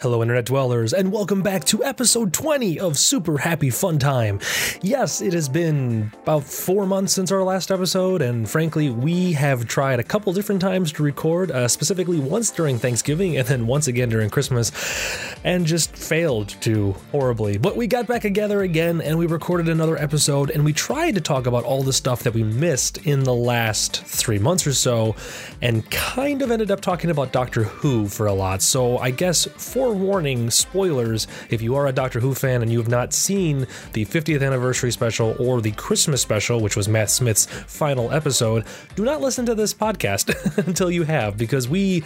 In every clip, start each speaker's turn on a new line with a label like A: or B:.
A: Hello, Internet Dwellers, and welcome back to episode 20 of Super Happy Fun Time. Yes, it has been about four months since our last episode, and frankly, we have tried a couple different times to record, uh, specifically once during Thanksgiving and then once again during Christmas, and just failed to horribly. But we got back together again, and we recorded another episode, and we tried to talk about all the stuff that we missed in the last three months or so, and kind of ended up talking about Doctor Who for a lot. So I guess forewarning spoilers if you are a Doctor Who fan and you have not seen the 50th anniversary special or the Christmas special, which was Matt Smith's final episode, do not listen to this podcast until you have because we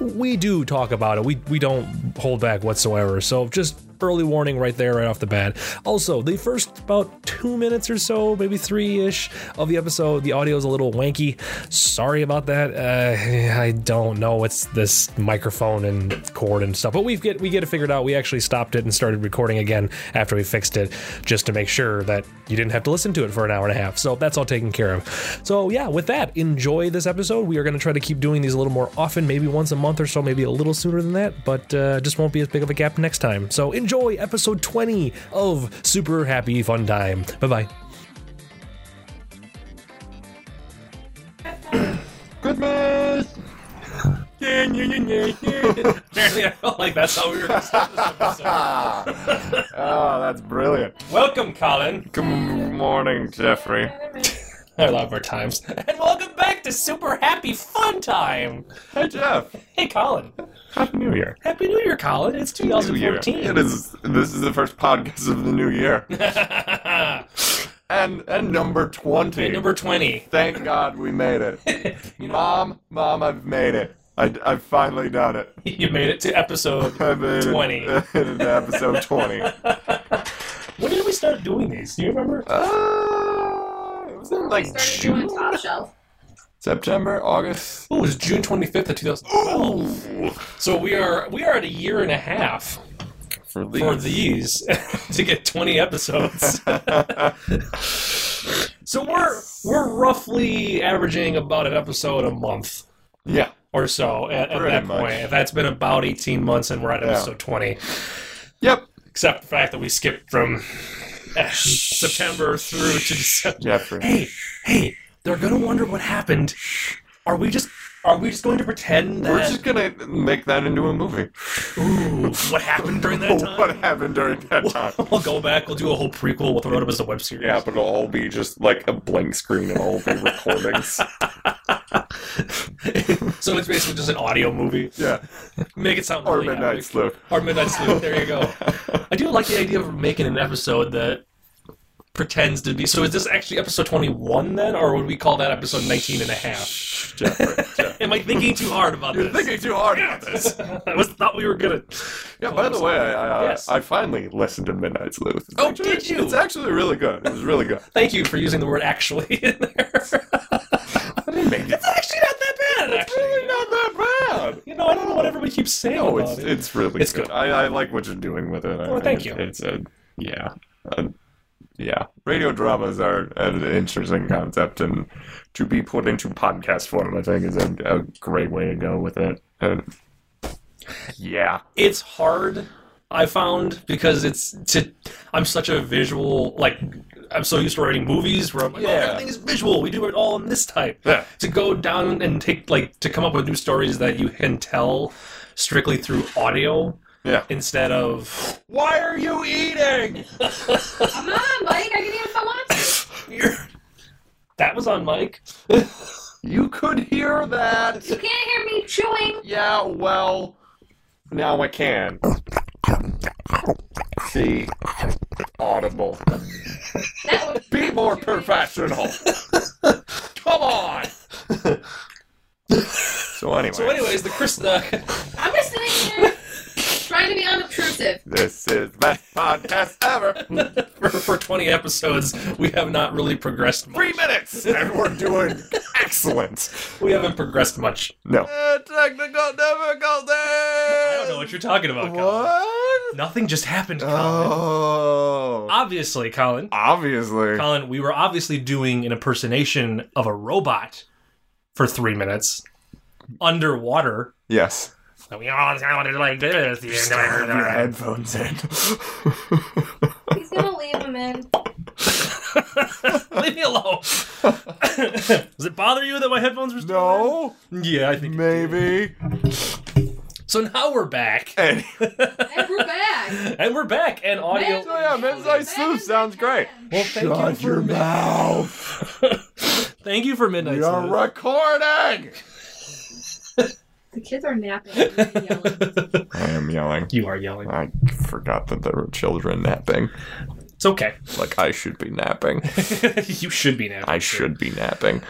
A: we do talk about it. We we don't hold back whatsoever. So just early warning right there, right off the bat. Also, the first about two minutes or so, maybe three ish of the episode, the audio is a little wanky. Sorry about that. Uh, I don't know. It's this microphone and cord and stuff, but we get we get it figured out. We actually stopped it and started recording again after we fixed it, just to make sure that you didn't have to listen to it for an hour and a half. So that's all taken care of. So yeah, with that, enjoy this episode. We are going to try to keep doing these a little more often, maybe once a month or so, maybe a little sooner than that, but uh, just won't be as big of a gap next time. So enjoy episode 20 of Super Happy Fun Time. Bye bye.
B: Christmas!
C: Apparently, I felt like that's how we were going to start this episode.
B: Oh, that's brilliant.
C: Welcome, Colin.
B: Good morning, Jeffrey.
C: I love our times. And welcome back to Super Happy Fun Time.
B: Hey, Jeff.
C: Hey, Colin.
B: Happy New Year.
C: Happy New Year, Colin. It's
B: New Year.
C: 2014.
B: It is. This is the first podcast of the new year, and and number twenty.
C: At number 20.
B: Thank God we made it. mom, mom, I've made it. I I've finally done it.
C: You made it to episode.
B: I made it-
C: 20.
B: in episode twenty. Uh,
C: When did we start doing these? Do you remember?
B: was Ah, it like
D: started doing
B: June,
D: top shelf.
B: September, August?
C: Oh, it was June 25th of
B: Oh.
C: 2012. So we are we are at a year and a half
B: For
C: for these to get 20 episodes. so we're we're roughly averaging about an episode a month
B: Yeah.
C: or so at, at
B: Pretty
C: that
B: much.
C: point. That's been about 18 months, and we're at
B: Yeah.
C: episode 20.
B: Yep.
C: Except the fact that we skipped from eh, September through to December.
B: Jeffrey.
C: Hey, hey, they're gonna wonder what happened. Are we just are we just going to pretend
B: We're
C: that
B: just gonna make that into a movie.
C: ooh, what happened during that time?
B: What happened during that time?
C: We'll go back. We'll do a whole prequel. We'll throw it up as a web series.
B: Yeah, but it'll all be just like a blank screen and all be recordings.
C: so it's basically just an audio movie.
B: yeah,
C: Make it sound
B: or
C: really
B: Midnight
C: epic.
B: Slip.
C: Or Midnight Sleuth. There you go. I do like the idea of making an episode that pretends to be. So is this actually episode 21 then, or would we call that episode 19 and a half?
B: Jeffrey, Jeff.
C: Am I thinking too hard about
B: You're
C: this?
B: thinking too hard about this.
C: I was thought we were gonna.
B: Yeah, by the way, I, I,
C: Yes.
B: I finally listened to Midnight Sleuth. It's
C: Oh,
B: actually-
C: did you?
B: It's actually really good. It was really good.
C: Thank you for using the word actually in there. it's actually
B: I didn't make it.
C: not that bad. Actually,
B: Really not that bad.
C: you know, I don't know what everybody keeps saying
B: No,
C: about
B: Oh, it's
C: it.
B: it's really
C: It's
B: good.
C: good.
B: I, I like what you're doing with it. I
C: Oh,
B: think
C: thank
B: it's-
C: you.
B: It's a yeah, a- yeah. Radio dramas are an interesting concept, and to be put into podcast form, I think is a, a great way to go with it. And yeah,
C: it's hard i found because it's to i'm such a visual like i'm so used to writing movies where i'm like oh,
B: Yeah.
C: everything is visual we do it all in this type
B: Yeah.
C: to go down and take like to come up with new stories that you can tell strictly through audio
B: yeah.
C: instead of
B: Why are you eating?
D: Come on, Mike. I can eat if I want to.
C: that was on mic
B: You could hear that.
D: You can't hear me chewing.
B: Yeah, well, now I can. See, audible.
D: That was
B: Be more professional. Come on. so anyway,
C: so anyways the chris uh,
D: I'm just sitting here trying to be unobtrusive.
B: this is best podcast ever.
C: for, for 20 episodes we have not really progressed much.
B: Three minutes, and we're doing excellent.
C: we haven't progressed much
B: No. technical difficulty.
C: i don't know what you're talking about Colin.
B: What?
C: nothing just happened Colin.
B: Oh.
C: obviously colin
B: Obviously.
C: Colin, we were obviously doing an impersonation of a robot for three minutes underwater.
B: Yes.
C: We all sounded like this.
B: Have your headphones in.
D: He's gonna leave him in.
C: Leave me alone. Does it bother you that my headphones were still
B: no,
C: in? Yeah, I think.
B: maybe.
C: So now we're back.
B: Anyway,
D: And we're back.
C: And we're back. And audio.
D: Man.
B: so yeah, Men's Night Sleuth sounds great.
C: Well, thank you
B: Shut
C: for
B: your
C: mi-
B: mouth.
C: Thank you for Midnight
B: We are
C: Sleuth.
B: recording.
D: The kids are napping. and they're yelling.
B: I am yelling.
C: You are yelling.
B: I forgot that there were children napping.
C: It's okay.
B: Like I should be napping.
C: you should be now.
B: I should be napping.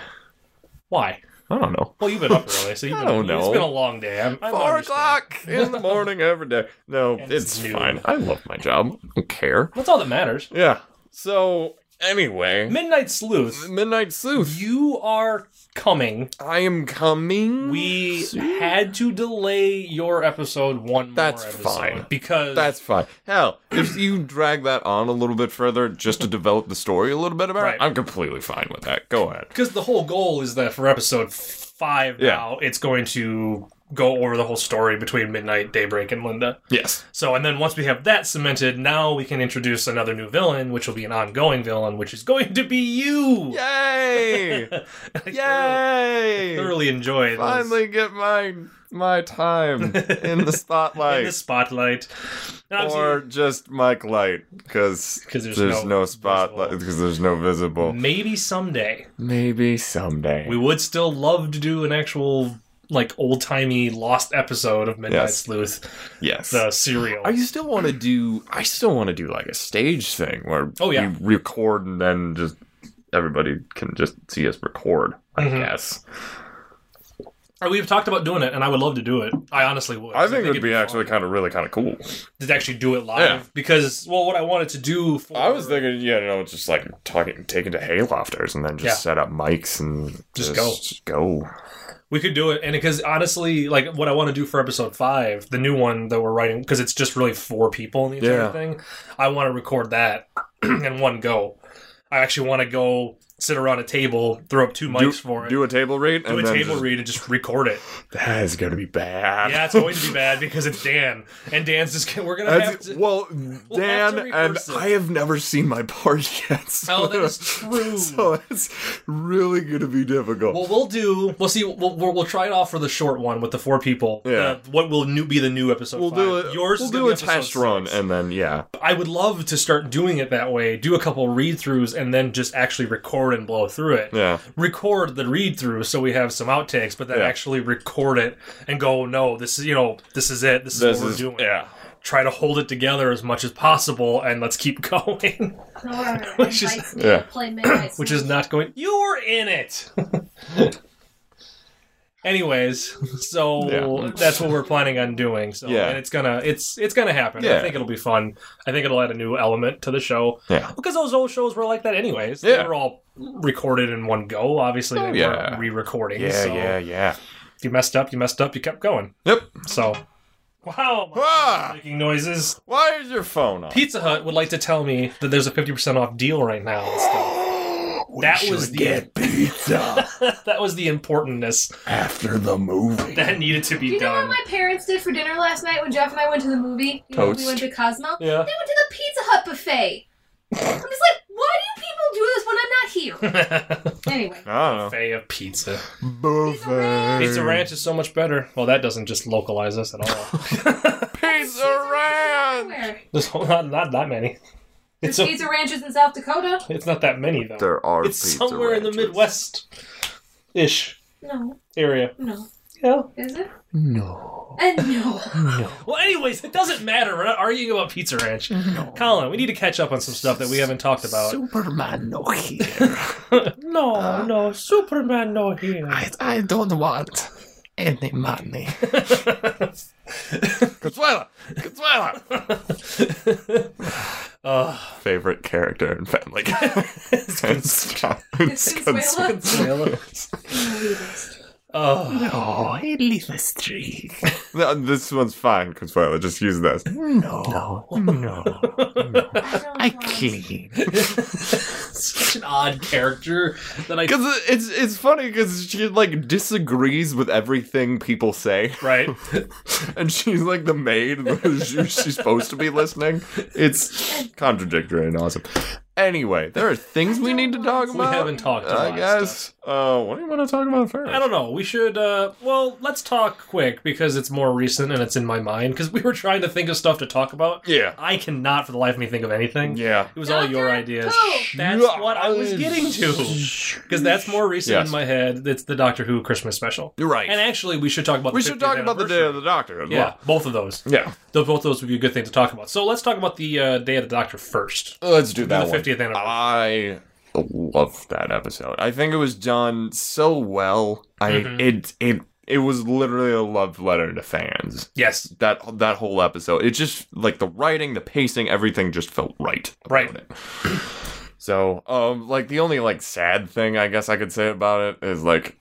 C: Why?
B: I don't know.
C: Well, you've been up early, so you've
B: I
C: been
B: don't
C: It's
B: know.
C: been a long day. I'm, I'm
B: Four
C: understand.
B: o'clock in the morning every day. No,
C: And it's
B: it's
C: noon.
B: fine. I love my job. I don't care.
C: That's all that matters.
B: Yeah. So anyway,
C: Midnight Sleuth.
B: Midnight Sleuth.
C: You are coming.
B: I am coming.
C: We
B: soon.
C: had to delay your episode one
B: That's
C: more episode
B: fine.
C: because
B: That's fine. Hell, if you drag that on a little bit further just to develop the story a little bit about
C: Right.
B: it, I'm completely fine with that. Go ahead.
C: because the whole goal is that for episode five
B: Yeah.
C: now it's going to go over the whole story between Midnight, Daybreak, and Linda.
B: Yes.
C: So and then once we have that cemented, now we can introduce another new villain, which will be an ongoing villain, which is going to be you.
B: Yay!
C: I
B: Yay!
C: thoroughly enjoyed this.
B: Finally get my my time in the spotlight.
C: in the spotlight. And obviously-
B: or just mic light because
C: 'Cause there's
B: there's,
C: no
B: no, spotlight
C: visible.
B: because there's no visible.
C: maybe someday
B: Maybe someday.
C: we would still love to do an actual like old timey lost episode of Midnight
B: Yes.
C: Sleuth,
B: yes.
C: the serial.
B: I still want to do. I still want to do like a stage thing where
C: Oh, yeah.
B: we record and then just everybody can just see us record. I
C: Mhm.
B: guess.
C: We've talked about doing it, and I would love to do it. I honestly would.
B: I think it would
C: it'd
B: be
C: fun
B: actually kind of really kind of cool.
C: to actually do it live
B: Yeah.
C: because well, what I wanted to do. For,
B: I was thinking, yeah, you know, just like talking, taking to haylofters and then just
C: Yeah.
B: set up mics and
C: Just
B: just go.
C: We could do it, and because honestly, like what I want to do for episode five, the new one that we're writing, because it's just really four people in the entire
B: Yeah.
C: thing. I want to record that in one go. I actually want to go sit around a table, throw up two mics
B: do,
C: for it, do,
B: do a table read and
C: a
B: then
C: table
B: just-
C: read, and just record it.
B: That is gonna be bad.
C: Yeah, it's going to be bad because it's Dan, and Dan's just we're gonna have
B: That's,
C: to.
B: well,
C: have
B: Dan
C: to
B: and
C: rehearse it.
B: I have never seen my part yet. So
C: Oh, that is true.
B: So it's really gonna be difficult.
C: Well, we'll do. We'll see. We'll, we'll, we'll try it off for the short one with the four people.
B: Yeah.
C: Uh, what will new be the new episode?
B: We'll
C: five.
B: do it.
C: Yours.
B: We'll
C: is
B: do
C: gonna
B: a
C: be episode
B: test run,
C: six.
B: and then yeah,
C: I would love to start doing it that way. Do a couple read throughs and then just actually record and blow through it.
B: yeah,
C: Record the read through so we have some outtakes, but then
B: Yeah.
C: actually record it and go. No, this is you know this is it. This is what we're doing.
B: yeah.
C: Try to hold it together as much as possible, and let's keep going. Which
D: Which
C: is-
D: is
B: yeah.
D: play midnight.
C: which is not going. You're in it. Anyways, so
B: Yeah.
C: that's what we're planning on doing. So
B: Yeah.
C: and it's gonna it's it's gonna happen. I
B: Yeah.
C: think it'll be fun. I think it'll add a new element to the show.
B: Yeah.
C: Because those old shows were like that anyways. They
B: Yeah.
C: were all recorded in one go. Obviously
B: Oh,
C: they
B: yeah.
C: weren't re-recording.
B: Yeah,
C: so
B: yeah, yeah.
C: if you messed up, you messed up, you kept going.
B: Yep.
C: So Wow, my
B: Ah,
C: making noises.
B: why is your phone on?
C: Pizza Hut would like to tell me that there's a 50% off deal right now and stuff.
B: We
C: That
B: should
C: was the-
B: pizza
C: that was the importantness
B: after the movie.
C: that needed to be
D: Do you know
C: done.
D: what my parents did for dinner last night when Jeff and I went to the movie? You know,
B: Toast.
D: we went to Cosmo.
C: Yeah.
D: They went to the Pizza Hut buffet. I'm just like, why do people do this when I'm not here? Anyway,
B: I don't know.
C: Buffet of pizza.
B: Buffet.
C: Pizza Ranch is so much better. Well, that doesn't just localize us at all.
B: Pizza ranch.
D: where?
C: There's whole- not, not that many. It's
D: There's
C: a-
D: pizza ranches in South Dakota?
C: It's not that many though.
B: There are
C: it's
B: pizza
C: somewhere in the
B: ranches.
C: Midwest, ish
D: No,
C: area.
D: no.
C: Yeah.
D: Is it?
C: Oh.
B: No.
D: And no.
C: Well, anyways, it doesn't matter. We're not arguing about Pizza Ranch. Colin, we need to catch up on some stuff that we haven't talked about.
E: Superman no here.
C: no, no, Superman no here.
E: I, I don't want any money.
B: Consuela. Consuela.
C: Uh,
B: favorite character in Family Guy. it's Consuela. It's
D: Consuela?
B: Consuela.
C: uh,
E: No, he leave a street.
B: No, this one's fine, Consuela. Just use this.
E: No, no,
D: I don't
E: I
D: want-
E: clean.
C: such an odd character that I
B: Because it's it's funny because she like disagrees with everything people say,
C: right.
B: and she's like the maid who she's supposed to be listening. It's contradictory and awesome. Anyway, there are things we need to talk
D: We
B: about.
C: haven't talked a lot
B: I
C: of
B: guess. Uh, what do you want to talk about first?
C: I don't know. We should. uh Well, let's talk quick because it's more recent and it's in my mind. Because we were trying to think of stuff to talk about.
B: Yeah.
C: I cannot for the life of me think of anything.
B: Yeah.
C: It was all your
D: Dr.
C: ideas.
D: Who.
C: That's what I was getting to. Because that's more recent
B: Yes.
C: in my head. It's the Doctor Who Christmas special.
B: You're right.
C: And actually, we should talk about.
B: we
C: the
B: should
C: 50th
B: talk about the day
C: anniversary.
B: of the doctor. As
C: Yeah, both of those.
B: Well. Yeah.
C: Those both of those would be a good thing to talk about. So let's talk about the uh, Day of the Doctor first.
B: Let's do that
C: the
B: one.
C: 50th anniversary.
B: I love that episode. I think it was done so well. I
C: Mhm.
B: it it it was literally a love letter to fans.
C: Yes,
B: That that whole episode. It just like the writing, the pacing, everything just felt right. about
C: Right.
B: it. So, um like the only like sad thing I guess I could say about it is like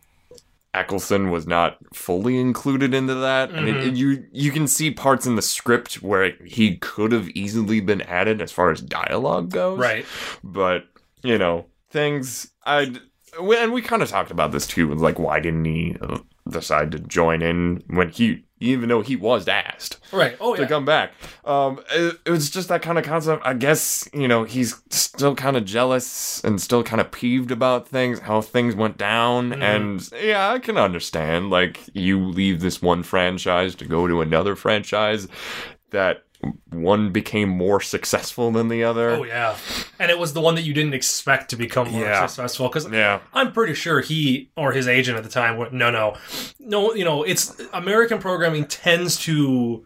B: Eccleston was not fully included into that, and it,
C: Mhm.
B: it- you you can see parts in the script where he could have easily been added as far as dialogue goes
C: right.
B: but you know things i and we kind of talked about this too was like why didn't he uh, decide to join in when he even though he was asked
C: Right. Oh,
B: to
C: yeah.
B: come back um it, it was just that kind of concept i guess you know he's still kind of jealous and still kind of peeved about things how things went down
C: Mm-hmm.
B: and yeah i can understand like you leave this one franchise to go to another franchise that one became more successful than the other
C: Oh, yeah. And it was the one that you didn't expect to become more
B: Yeah.
C: successful. Because
B: yeah
C: I'm pretty sure he or his agent at the time went, no, no, no. You know, it's American programming tends to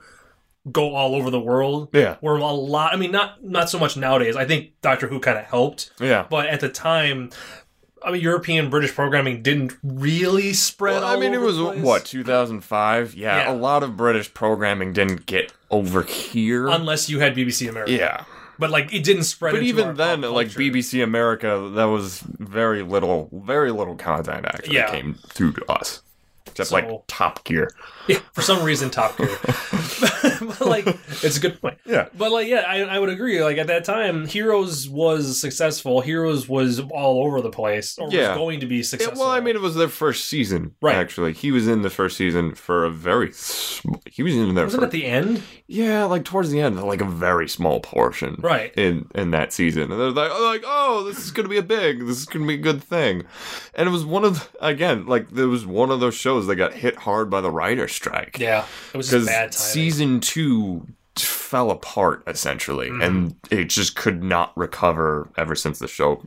C: go all over the world.
B: Yeah.
C: where a lot. I mean, not not so much nowadays. I think Doctor Who kind of helped,
B: Yeah.
C: but at the time. I mean, European British programming didn't really spread.
B: Well, I
C: all
B: mean, it
C: over
B: was
C: the place.
B: what 2005. Yeah,
C: Yeah.
B: a lot of British programming didn't get over here.
C: unless you had BBC America.
B: yeah,
C: but like it didn't spread.
B: but
C: into
B: even
C: our
B: then,
C: pop
B: like
C: culture.
B: BBC America, that was very little, very little content actually
C: Yeah.
B: came through to us, except
C: So-
B: like Top Gear.
C: Yeah, for some reason, Top Gear. but like, it's a good point.
B: Yeah.
C: But like, yeah, I, I would agree. Like at that time, Heroes was successful. Heroes was all over the place, or
B: Yeah.
C: was going to be
B: Yeah,
C: successful.
B: well, I mean, it was their first season.
C: Right.
B: Actually, he was in the first season for a very. Sm- he was in there.
C: wasn't
B: for,
C: it at the end?
B: Yeah, like towards the end, like a very small portion.
C: Right.
B: In in that season, and they're like, oh, like, oh, this is gonna be a big, this is gonna be a good thing, and it was one of the, again, like there was one of those shows that got hit hard by the writer strike.
C: Yeah, it was just
B: because
C: bad timing.
B: season two t- fell apart essentially,
C: Mm-hmm.
B: and it just could not recover ever since the show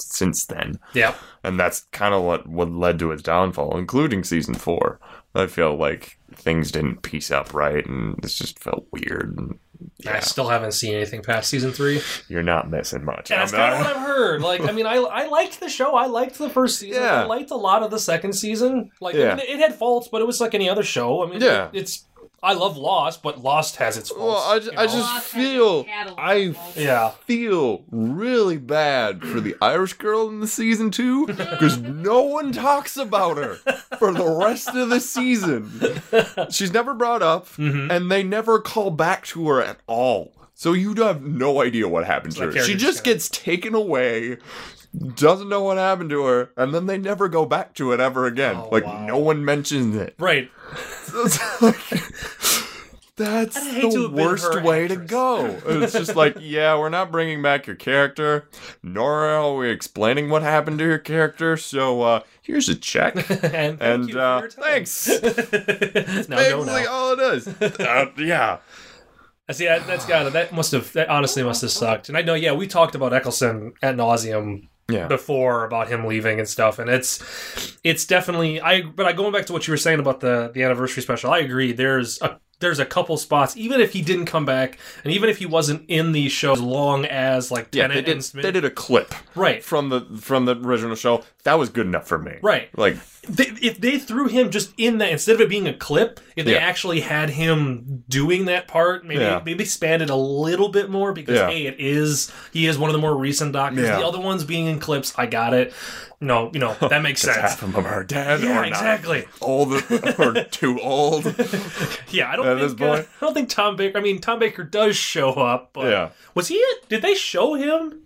B: since then
C: yeah,
B: and that's kind of what what led to its downfall, including season four. I feel like things didn't piece up right, and it just felt weird. And
C: I still haven't seen anything past season three.
B: you're not missing much.
C: And that's
B: I'm not-
C: kind of what I've heard. Like, I mean, I I liked the show. I liked the first season.
B: Yeah.
C: I liked a lot of the second season. Like, I
B: Yeah.
C: mean, it had faults, but it was like any other show. I mean,
B: Yeah.
C: it- it's I love Lost, but Lost has its faults.
B: well, I, ju-
C: you know?
B: I just
D: Lost has
B: feel
D: catalog
B: I
D: faults.
C: yeah.
B: feel really bad for the Irish girl in the season two because no one talks about her for the rest of the season. She's never brought up,
C: Mm-hmm.
B: and they never call back to her at all. So you have no idea what happened
C: that
B: to her. She
C: character's
B: just
C: gonna-
B: gets taken away, doesn't know what happened to her, and then they never go back to it ever again.
C: Oh,
B: like
C: wow.
B: no one mentions it.
C: Right.
B: It's like- That's
C: I'd hate to
B: the
C: have been
B: worst
C: her
B: way to
C: actress.
B: go. It's just like, yeah, we're not bringing back your character, nor are we explaining what happened to your character. So uh, here's a check,
C: and thank
B: and
C: you for
B: uh,
C: your time.
B: thanks. Thanks.
C: now no,
B: Like
C: no.
B: all it is. Uh, yeah,
C: I see. That, that's got to That must have. That honestly must have sucked. And I know. Yeah, we talked about Eccleston at nauseum
B: yeah.
C: before about him leaving and stuff. And it's, it's definitely. I. But I going back to what you were saying about the the anniversary special. I agree. There's a there's a couple spots. Even if he didn't come back, and even if he wasn't in the show as long as like
B: Yeah,
C: Tennant
B: they did.
C: and Smith.
B: They did a clip
C: right.
B: from the from the original show. That was good enough for me.
C: Right.
B: Like,
C: they, if they threw him just in that instead of it being a clip, if they
B: Yeah.
C: actually had him doing that part, maybe
B: Yeah.
C: maybe expand it a little bit more because
B: Yeah.
C: hey, it is he is one of the more recent doctors.
B: Yeah.
C: The other ones being in clips, I got it. No, you know that makes sense.
B: half of them are dead
C: Yeah,
B: or
C: exactly.
B: not old or too old.
C: Yeah, I don't
B: At
C: think uh,
B: this point.
C: I don't think Tom Baker. I mean, Tom Baker does show up. But
B: Yeah.
C: was he it? Did they show him?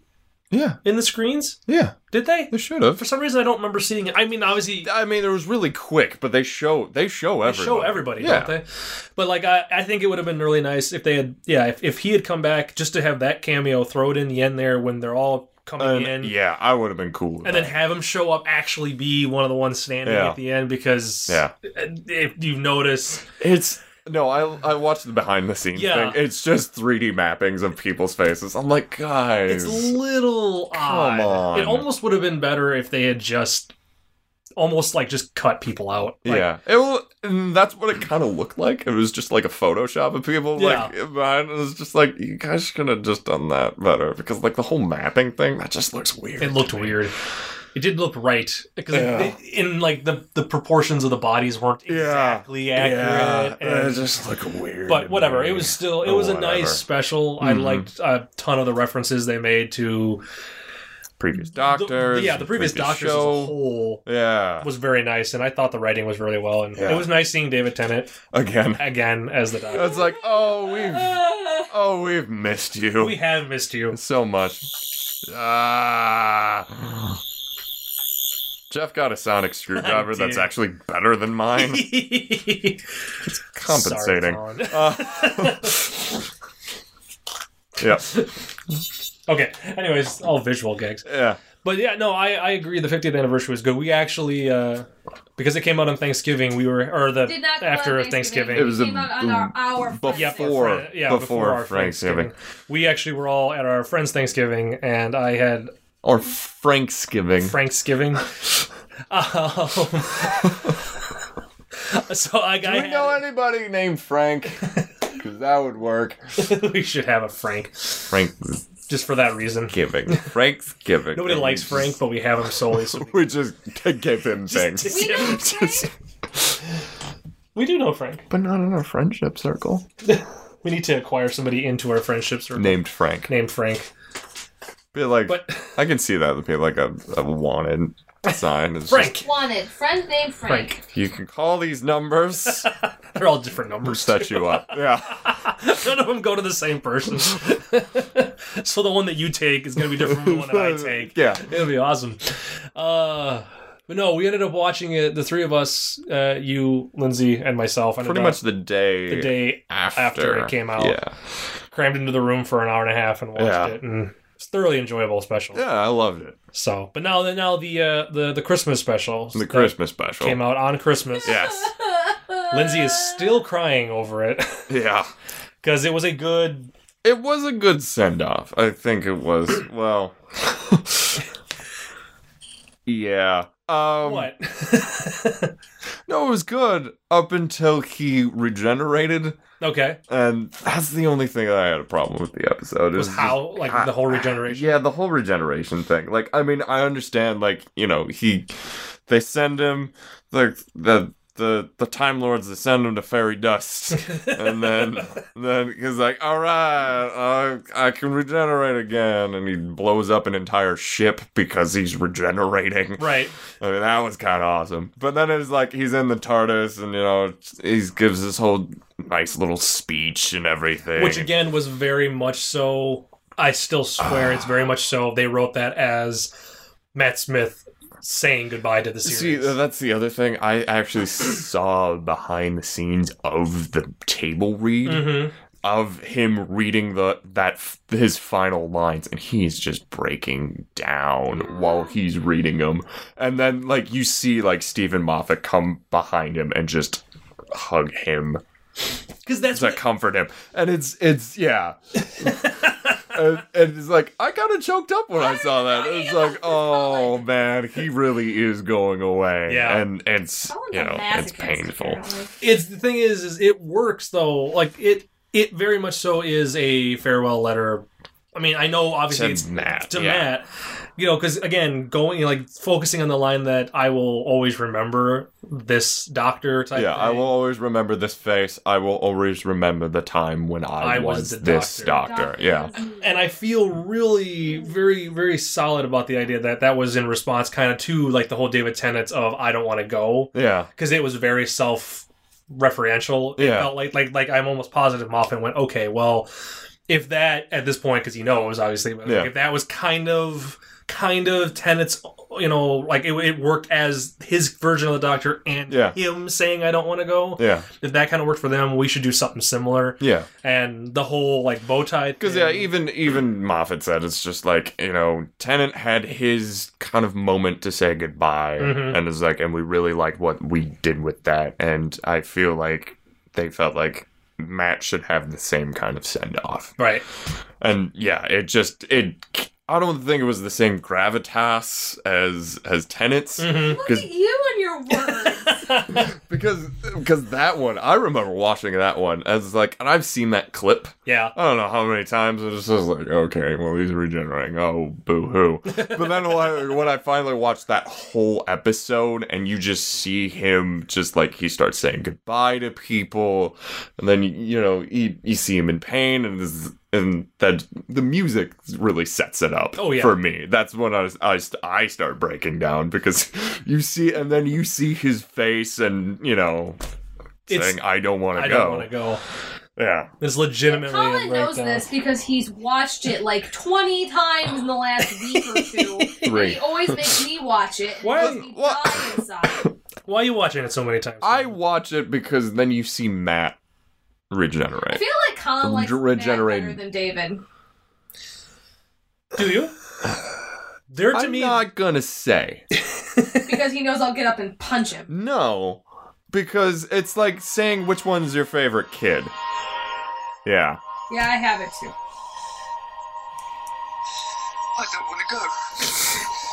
B: Yeah,
C: in the screens?
B: yeah,
C: Did they?
B: they should have.
C: For some reason, I don't remember seeing it. I mean, obviously,
B: I mean, it was really quick, but they show they show
C: they
B: everybody.
C: show everybody,
B: Yeah.
C: don't they? But like, I, I think it would have been really nice if they had, yeah, if, if he had come back just to have that cameo, throw it in the end there when they're all coming
B: And,
C: in,
B: yeah, I would have been cool. with
C: and then
B: that.
C: have him show up actually be one of the ones standing
B: Yeah.
C: at the end because
B: yeah,
C: if you notice,
B: it's no, I I watched the behind the scenes
C: Yeah.
B: thing. It's just 3D mappings of people's faces. I'm like, guys,
C: it's a little odd.
B: on.
C: It almost would have been better if they had just almost like just cut people out. Like,
B: yeah, it will, and that's what it kind of looked like. It was just like a Photoshop of people. Like, behind. it was just like you guys could have just done that better because like the whole mapping thing that just looks weird.
C: It looked weird. It did look right because
B: Yeah.
C: in like the the proportions of the bodies weren't exactly accurate.
B: Yeah, it
C: and-
B: just looked weird.
C: but
B: to
C: whatever,
B: me.
C: it was still it
B: Or
C: was a
B: whatever.
C: nice special. I
B: Mhm.
C: liked a ton of the references they made to
B: previous
C: the-
B: doctors.
C: yeah, the previous, doctors as a
B: show.
C: whole
B: Yeah,
C: was very nice, and I thought the writing was really well. And
B: Yeah.
C: it was nice seeing David Tennant
B: again,
C: again as the doctor.
B: it's like oh we've oh we've missed you
C: we have missed you.
B: so much. Ah. Jeff got a sonic screwdriver that's
C: did.
B: actually better than mine.
C: Sorry,
B: Compensating.
C: Colin.
B: Uh, yeah,
C: okay. Anyways, all visual gags.
B: yeah.
C: But yeah, no, I, I agree. The 50th anniversary was good. We actually, uh, because it came out on Thanksgiving, we were or the
D: Did not come
C: after
D: on
C: Thanksgiving.
D: Thanksgiving.
B: It was
D: came
B: a-
D: out on our, our
B: before-
C: yeah,
D: Friday.
B: before-
C: Fri- yeah,
B: before
C: our
B: Thanksgiving.
C: We actually were all at our friend's Thanksgiving, and I had
B: Or Franksgiving.
C: Franksgiving. um, so I,
B: Do
C: I
B: we
C: had-
B: know anybody named Frank? Because that would work.
C: we should have a Frank
B: Franksgiving.
C: just for that reason.
B: Franksgiving.
C: Nobody likes Frank, but we have him solely. So
B: We just give him things.
D: We know Frank.
C: we do know Frank.
B: but not in our friendship circle.
C: We need to acquire somebody into our friendships or
B: Named Frank.
C: named Frank.
B: Be like,
C: But
B: I can see that would be like a, a wanted sign. It's
C: Frank,
D: Wanted. Friend named Frank.
C: Frank.
B: just, you can call these numbers.
C: They're all different
B: We'll
C: numbers.
B: set you up. Yeah.
C: None of them go to the same person. so the one that you take is going to be different from the one that I take.
B: Yeah.
C: It'll be awesome. Uh, but no, we ended up watching it. The three of us, uh, you, Lindsay, and myself, ended
B: Pretty
C: up
B: much the day.
C: the day
B: After.
C: after it came out.
B: Yeah.
C: crammed into the room for an hour and a half and watched
B: Yeah.
C: it, and it's thoroughly enjoyable special.
B: Yeah, I loved it.
C: So, but now the now the uh, the the Christmas special
B: The
C: that
B: Christmas special.
C: came out on Christmas.
B: Yes.
C: Lindsay is still crying over it
B: Yeah.
C: because it was a good
B: It was a good send off. I think it was. Well. yeah. Um,
C: what?
B: No, it was good up until he regenerated,
C: okay,
B: and that's the only thing that I had a problem with the episode. It
C: was
B: just-
C: how like the whole regeneration.
B: Yeah, the whole regeneration thing. Like, I mean, I understand. Like, you know, he, they send him, like the the the Time Lords, they send him to fairy dust, and then then he's like, all right, I I can regenerate again, and he blows up an entire ship because he's regenerating.
C: Right.
B: I mean, that was kind of awesome. But then it's like he's in the TARDIS, and you know, he gives this whole nice little speech and everything.
C: Which again was very much so. I still swear it's very much so. They wrote that as Matt Smith saying goodbye to the
B: See,
C: series.
B: that's the other thing. I actually saw behind the scenes of the table read
C: Mhm.
B: of him reading the that f- his final lines, and he's just breaking down while he's reading them. And then, like, you see, like Stephen Moffat come behind him and just hug him
C: Because that's
B: to
C: what,
B: comfort him. And it's it's yeah. and, and it's like I kind of choked up when I saw that. It's like, oh man, he really is going away.
C: Yeah.
B: and and it's
D: Someone's
B: you
D: a
B: know it's
D: masochist, Oh
B: painful.
D: apparently.
C: it's the thing is is it works though. Like it it very much so is a farewell letter. I mean, I know obviously it's
B: To Matt,
C: to
B: yeah.
C: Matt. You know, because again, going like focusing on the line that I will always remember this doctor type.
B: Yeah, I
C: thing.
B: will always remember this face. I will always remember the time when I,
C: I was
B: was,
C: the
B: this
C: doctor.
B: doctor. Yeah,
C: and I feel really very very solid about the idea that that was in response kind of to like the whole David Tennant of I don't want to go
B: yeah,
C: because it was very self referential. It
B: Yeah.
C: felt like like like I'm almost positive Moffat went okay well. if that at this point because you know it was obviously but like,
B: Yeah.
C: if that was kind of kind of tenets you know like it, it worked as his version of the doctor and
B: Yeah.
C: him saying i don't want to go
B: Yeah.
C: if that kind of worked for them we should do something similar
B: Yeah.
C: and the whole like bow tie
B: Because yeah, even even Moffat said it's just like you know, Tennant had his kind of moment to say goodbye,
C: Mhm.
B: and it's like, and we really liked what we did with that, and I feel like they felt like Matt should have the same kind of send off,
C: right
B: and yeah, it just it. I don't think it was the same gravitas as as Tennant's
C: Mhm.
D: Look
B: 'Cause-
D: at you and your words.
B: because because that one I remember watching that one as like and I've seen that clip
C: yeah
B: I don't know how many times I was just like, okay, well, he's regenerating. Oh, boo hoo. But then when I, when I finally watched that whole episode and you just see him just like he starts saying goodbye to people, and then, you know, you, you see him in pain, and this and that the music really sets it up
C: Oh, yeah.
B: for me. That's when I, was- I, st- I start breaking down because you see, and then you see his face and, you know,
C: It's-
B: saying, I don't want
C: i
B: to
C: don't
B: go.
C: want to go
B: Yeah.
C: it's legitimately uh, a
D: Colin knows
C: breakdown.
D: this because he's watched it like 20 times in the last week or two. And
B: Three.
D: he always makes me watch it. And
C: Why-
D: makes me
B: why-
D: die inside.
C: why are you watching it so many times
B: I watch it because then you see Matt
D: I
B: regenerate.
D: feel like Colin likes
B: Regenerating.
D: Matt better than David.
C: do you there to
B: I'm
C: me
B: not gonna say
D: Because he knows I'll get up and punch him.
B: no, because it's like saying which one's your favorite kid. Yeah,
D: Yeah, I have it too.
F: I don't want to go.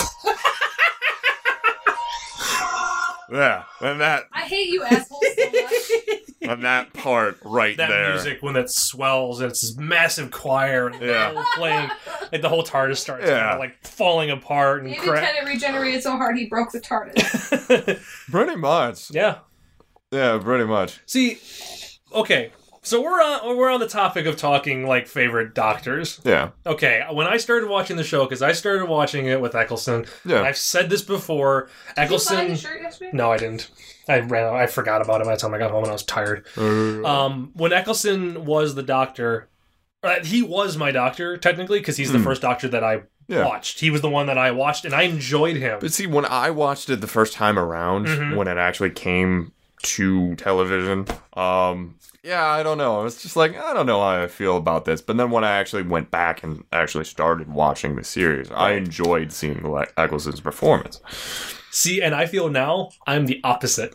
B: yeah, and that
D: I hate you assholes so much.
B: and that part right
C: that
B: there.
C: music when that swells and it's this massive choir and
B: Yeah.
C: the whole playing like the whole TARDIS starts
B: Yeah.
C: kinda, like falling apart and
D: David
C: crap.
D: Tennant regenerated so hard he broke the TARDIS.
B: Pretty much.
C: yeah.
B: Yeah, pretty much.
C: See, okay, so we're on we're on the topic of talking like favorite doctors.
B: Yeah,
C: Okay, when I started watching the show because I started watching it with Eccleston.
B: yeah.
C: I've said this before.
D: Did you find
C: Eccleston.
D: the shirt yesterday?
C: No, I didn't. I ran. out- I forgot about it by the time I got home and I was tired.
B: Uh,
C: Um, when Eccleston was the doctor, uh, he was my doctor technically because he's the
B: Hmm.
C: first doctor that I
B: Yeah.
C: watched. He was the one that I watched, and I enjoyed him.
B: But see, when I watched it the first time around,
C: Mhm.
B: when it actually came to television, um, yeah, I don't know. I was just like, I don't know how I feel about this. But then when I actually went back and actually started watching the series, I enjoyed seeing Le- Eccleston's performance.
C: See, and I feel now I'm the opposite.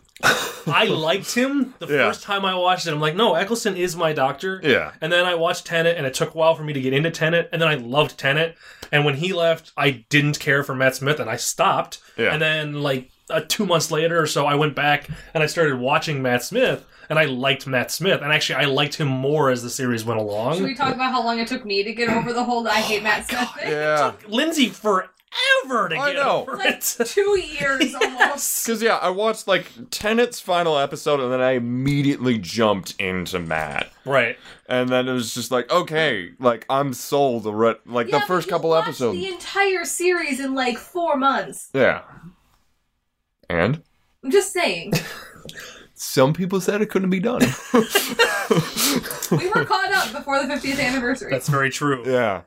C: I liked him the
B: Yeah.
C: first time I watched it. I'm like, no, Eccleston is my doctor.
B: Yeah.
C: And then I watched Tenet, and it took a while for me to get into Tenet. And then I loved Tenet. And when he left, I didn't care for Matt Smith, and I stopped.
B: Yeah.
C: And then, like, uh, two months later or so, I went back and I started watching Matt Smith, and I liked Matt Smith. And actually, I liked him more as the series went along.
D: Should we talk about how long it took me to get over the whole I hate Matt Smith thing?
B: Oh, Yeah.
C: Lindsay forever to
B: I
C: get
B: know.
C: over
D: Like
C: it.
D: two years almost.
B: Because, yeah, I watched like Tenet's final episode and then I immediately jumped into Matt.
C: right.
B: And then it was just like, okay, like I'm sold already. Like
D: Yeah,
B: the
D: but
B: first
D: you
B: couple
D: watched
B: episodes.
D: The entire series in like four months.
B: yeah. And?
D: I'm just saying.
B: some people said it couldn't be done.
D: We were caught up before the 50th anniversary.
C: That's very true.
B: yeah.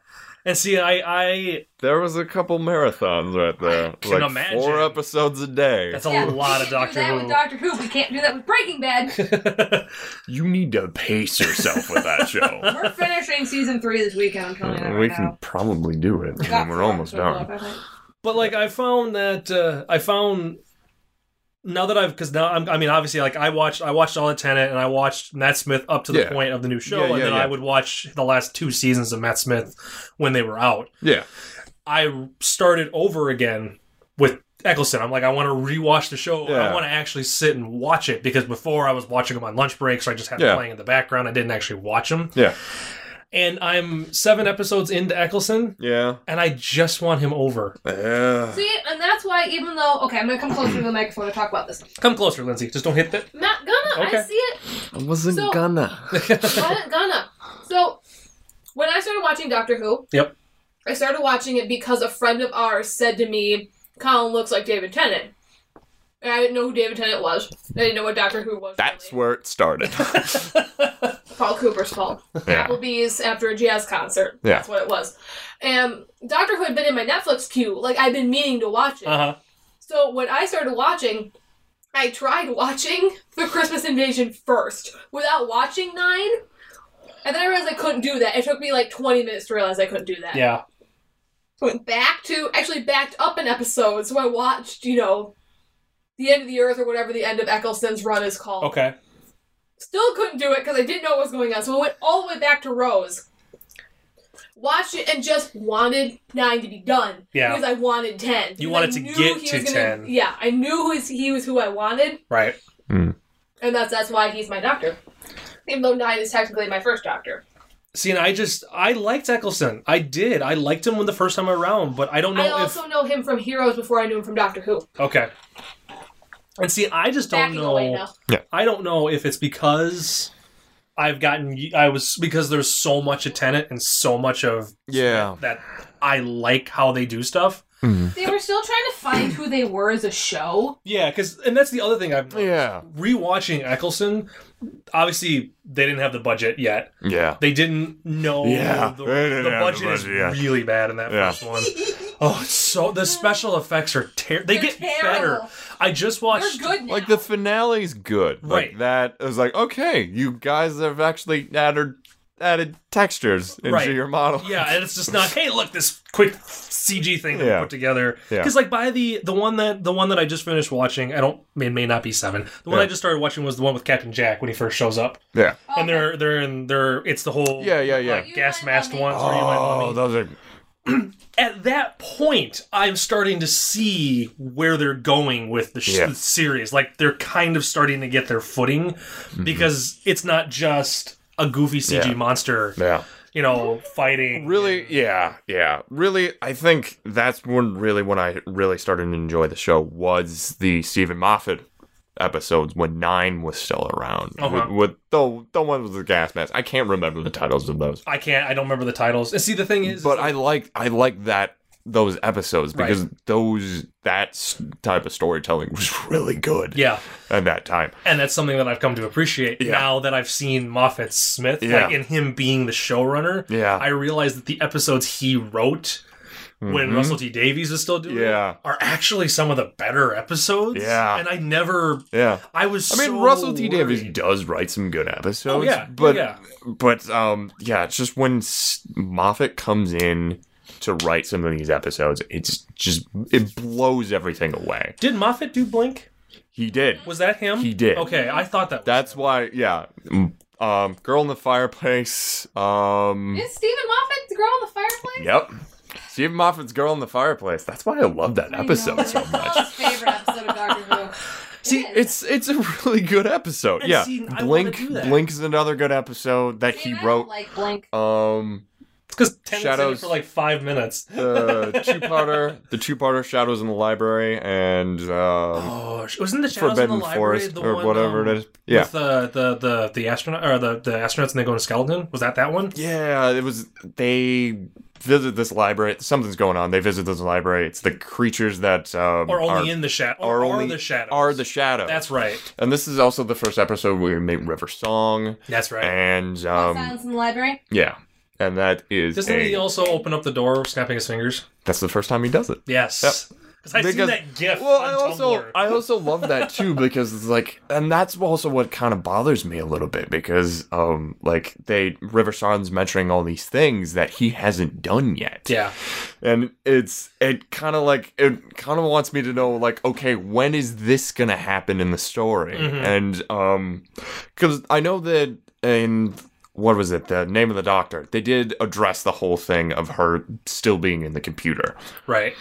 C: And see, I, I
B: There was a couple marathons right there.
C: can
B: like
C: imagine.
B: four episodes a day.
C: that's a
D: Yeah,
C: lot
D: we
C: of
D: can
C: Doctor
D: do that
C: Who.
D: with Doctor Who. We can't do that with Breaking Bad.
B: you need to pace yourself with that show.
D: We're finishing season three this weekend. I'm telling you that right
B: Uh, we can
D: now.
B: probably do it. I mean, we're almost done.
C: but like i found that uh, i found now that i've because now I'm, i mean obviously like i watched i watched all the tenant and i watched matt smith up to the
B: Yeah.
C: point of the new show
B: Yeah,
C: and
B: yeah,
C: then
B: yeah.
C: i would watch the last two seasons of matt smith when they were out
B: Yeah.
C: i started over again with Eccleston. I'm like, I want to rewatch the show. I
B: Yeah.
C: want to actually sit and watch it because before I was watching them on lunch breaks, so I just had
B: Yeah.
C: them playing in the background. I didn't actually watch them.
B: Yeah.
C: And I'm seven episodes into Eccleston,
B: Yeah.
C: and I just want him over.
B: Yeah.
D: See, and that's why even though okay, I'm gonna come closer to the microphone to talk about this.
C: Come closer, Lindsay. Just don't hit that.
D: Not gonna. I
C: Okay.
D: see it.
E: I wasn't
D: So-
E: gonna.
D: Wasn't gonna. So when I started watching Doctor Who,
C: Yep.
D: I started watching it because a friend of ours said to me, "Colin looks like David Tennant." And I didn't know who David Tennant was. I didn't know what Doctor Who was.
B: That's
D: really.
B: where it started.
G: Paul Cooper's fault.
B: Yeah.
G: Applebee's after a jazz concert.
B: Yeah.
G: That's what it was. And Doctor Who had been in my Netflix queue. Like, I'd been meaning to watch it.
B: Uh-huh.
C: Uh huh.
G: So when I started watching, I tried watching The Christmas Invasion first without watching Nine. And then I realized I couldn't do that. It took me like 20 minutes to realize I couldn't do that.
C: Yeah.
G: So I went back to, actually backed up an episode. So I watched, you know, The End of the Earth or whatever the end of Eccleston's run is called.
C: Okay.
G: Still couldn't do it because I didn't know what was going on. So I went all the way back to Rose. Watched it and just wanted nine to be done.
C: Yeah.
G: Because I wanted ten.
C: You
G: Because
C: wanted
G: I
C: to
G: knew
C: get
G: he
C: to
G: was
C: 10.
G: Yeah, I knew who was, he was who I wanted,
C: Right.
G: and that's that's why he's my doctor. Even though nine is technically my first doctor.
C: See, and I just I liked Eccleston. I did. I liked him when the first time around, but I don't know
G: I
C: if
G: also know him from Heroes before I knew him from Doctor Who.
C: okay. And see, I just don't
G: Backing away
C: know.
G: now.
C: I don't know if it's because I've gotten y- I was because there's so much of Tenet and so much of
B: Yeah.
C: that I like how they do stuff.
B: Mm-hmm.
D: They were still trying to find who they were as a show.
C: Yeah, because and that's the other thing I've
B: Yeah.
C: rewatching Eccleston. Obviously, they didn't have the budget yet.
B: Yeah.
C: They didn't know.
B: Yeah,
C: the,
B: they didn't
C: the
B: have the
C: budget, is
B: budget, yeah.
C: really bad in that
B: Yeah.
C: first one. Oh, it's so the special effects are terrible. They
G: They're
C: get better.
G: terrible.
C: I just
G: They're
C: watched.
G: good now.
B: Like the finale's good. Like
C: Right.
B: that it was like, okay, you guys have actually added added textures into
C: Right.
B: your model.
C: Yeah, and it's just not. Hey, look this quick CG thing that
B: Yeah.
C: we put together.
B: Yeah.
C: Because like by the the one that the one that I just finished watching, I don't it may not be seven. The one
B: Yeah.
C: I just started watching was the one with Captain Jack when he first shows up,
B: Yeah.
G: Oh,
C: and they're they're in they're it's the whole
B: Yeah, yeah, yeah.
C: like, gas
D: You
C: masked
D: went on
C: ones where you went on
B: Oh, those are
C: at that point, I'm starting to see where they're going with the, sh-
B: Yeah.
C: the series. Like they're kind of starting to get their footing because it's not just a goofy CG
B: Mm-hmm. Yeah.
C: monster,
B: Yeah.
C: you know, fighting.
B: Really, yeah, yeah. Really, I think that's when really when I really started to enjoy the show was the Stephen Moffat episodes when Nine was still around.
C: Uh-huh.
B: With, with the the one with the gas mask. I can't remember the titles of those,
C: I can't. I don't remember the titles. And see, the thing is,
B: but I like I like that those episodes because those that s- type of storytelling was really good.
C: yeah,
B: at that time.
C: and that's something that I've come to appreciate
B: Yeah.
C: now that I've seen Moffat Smith,
B: Yeah.
C: like in him being the showrunner.
B: Yeah.
C: I realize that the episodes he wrote when
B: Mhm.
C: Russell T Davies was still doing it
B: Yeah.
C: are actually some of the better episodes.
B: Yeah.
C: and I never
B: yeah.
C: I was.
B: I mean,
C: so
B: Russell T. Davis
C: worried.
B: does write some good episodes.
C: Oh, yeah,
B: but
C: yeah.
B: but um, yeah, it's just when S- Moffat comes in to write some of these episodes, it's just it blows everything away.
C: Did Moffat do Blink?
B: He did.
C: Was that him?
B: He did.
C: Okay, I thought that. was
B: That's why. Yeah. Mm, Um, Girl in the Fireplace. Um.
G: Is Stephen Moffat the girl in the fireplace?
B: Yep. Stephen Moffat's Girl in the Fireplace. That's why I love that episode so much.
D: favorite episode of Doctor Who.
C: See,
B: It's it's a really good episode.
C: And
B: yeah.
C: see, I wanna
B: Blink
C: do that.
B: Blink is another good episode that he
D: Man, I don't
B: wrote.
D: like Blink.
B: Um.
C: because Tennant's in it
B: Shadows-
C: for like five minutes.
B: the two-parter, the two-parter Shadows in the Library, and uh,
C: Oh, sh- wasn't the Shadows in
B: Forbidden
C: the library
B: Forest
C: the
B: or
C: one,
B: whatever
C: um,
B: it is. Yeah,
C: With the, the the the astronaut or the the astronauts and they go into skeleton. Was that that one?
B: yeah. It was they visit this library. Something's going on. They visit this library. It's the creatures that um,
C: Or only
B: are,
C: in the shadow?
B: are
C: Or
B: only
C: the shadows?
B: Are the shadow.
C: That's right.
B: and this is also the first episode where we meet River Song,
C: That's right.
B: and
D: Um,
B: um,
D: Silence in the library.
B: yeah, and that is
C: Doesn't
B: a-
C: he also open up the door, snapping his fingers?
B: that's the first time he does it.
C: Yes. Cause I've seen that gif.
B: Well,
C: on
B: I also
C: Tumblr.
B: I also love that too because it's like, and that's also what kind of bothers me a little bit because um like they River Song's mentioning all these things that he hasn't done yet,
C: yeah.
B: and it's it kind of like it kind of wants me to know like okay when is this gonna happen in the story
C: Mm-hmm.
B: and um because I know that in what was it the name of the doctor they did address the whole thing of her still being in the computer
C: Right.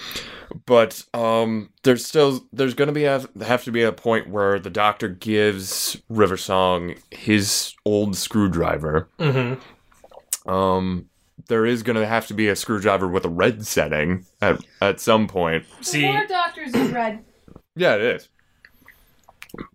B: but um, there's still there's gonna be a, have to be a point where the doctor gives River Song his old screwdriver.
C: Mm-hmm.
B: Um, there is gonna have to be a screwdriver with a red setting at at some point.
C: See,
D: More doctors in red.
B: Yeah, it is.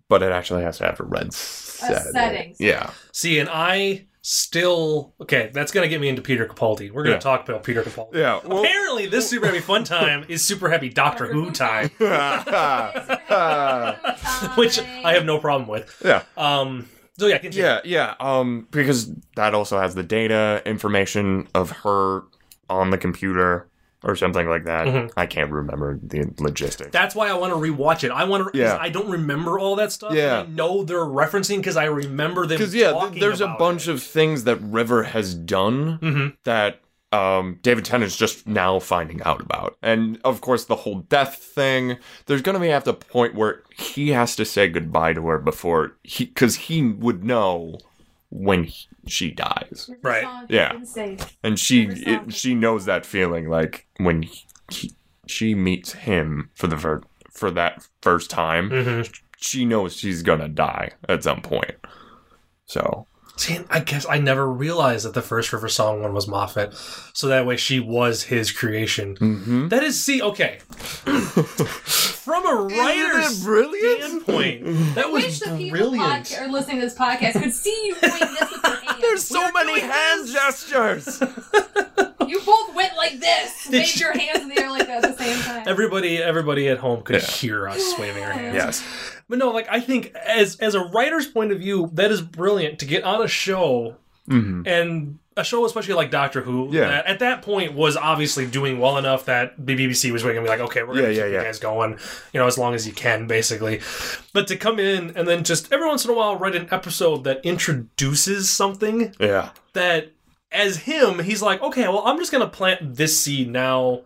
B: But it actually has to have a red setting.
D: setting.
B: Yeah.
C: See, and I still okay. That's gonna get me into Peter Capaldi. We're gonna
B: Yeah.
C: talk about Peter Capaldi.
B: Yeah. Well,
C: Apparently, this Super Happy Fun Time is Super Happy Doctor Who time,
B: yeah.
C: which I have no problem with.
B: Yeah.
C: Um, So yeah, continue.
B: Yeah, yeah. Um, because that also has the data information of her on the computer or something like that. I can't remember the logistics.
C: That's why I want to rewatch it. I want to.
B: Yeah.
C: I don't remember all that stuff.
B: Yeah.
C: and I know they're referencing because I remember them.
B: because yeah, th-
C: talking
B: there's a
C: about Mm-hmm.
B: bunch
C: it. Mm.
B: of things that River has done that um, David Tennant's just now finding out about, and of course the whole death thing. There's gonna be at the point where he has to say goodbye to her before he, because he would know when he- she dies,
C: Right.
B: Yeah.
D: Safe.
B: and she
D: Never saw
B: it, she knows that feeling like when he, he- she meets him for the fir- for that first time. She knows she's gonna die at some point, so.
C: See, I guess I never realized that the first River Song one was Moffat, so that way she was his creation.
B: Mm-hmm.
C: That is, see, okay, from a writer's
B: brilliant?
C: standpoint, that
D: Wish
C: was
D: the people
C: brilliant.
D: podca- or listening to this podcast could see you doing this with your hands.
B: There's so many hand gestures.
D: You both went like this,
C: Did
D: waved
C: you-
D: your hands in the air like that at the same time.
C: Everybody, everybody at home could
B: Yeah.
C: hear us waving our hands.
B: yes.
C: But no, like I think as as a writer's point of view, that is brilliant to get on a show and a show especially like Doctor Who.
B: Mm-hmm. Yeah.
C: That at that point was obviously doing well enough that the BBC was going to be like, okay, we're going
B: Yeah,
C: to
B: yeah,
C: keep
B: yeah.
C: you guys going, you know, as long as you can, basically. But to come in and then just every once in a while write an episode that introduces something
B: Yeah.
C: that as him he's like okay well i'm just gonna plant this seed now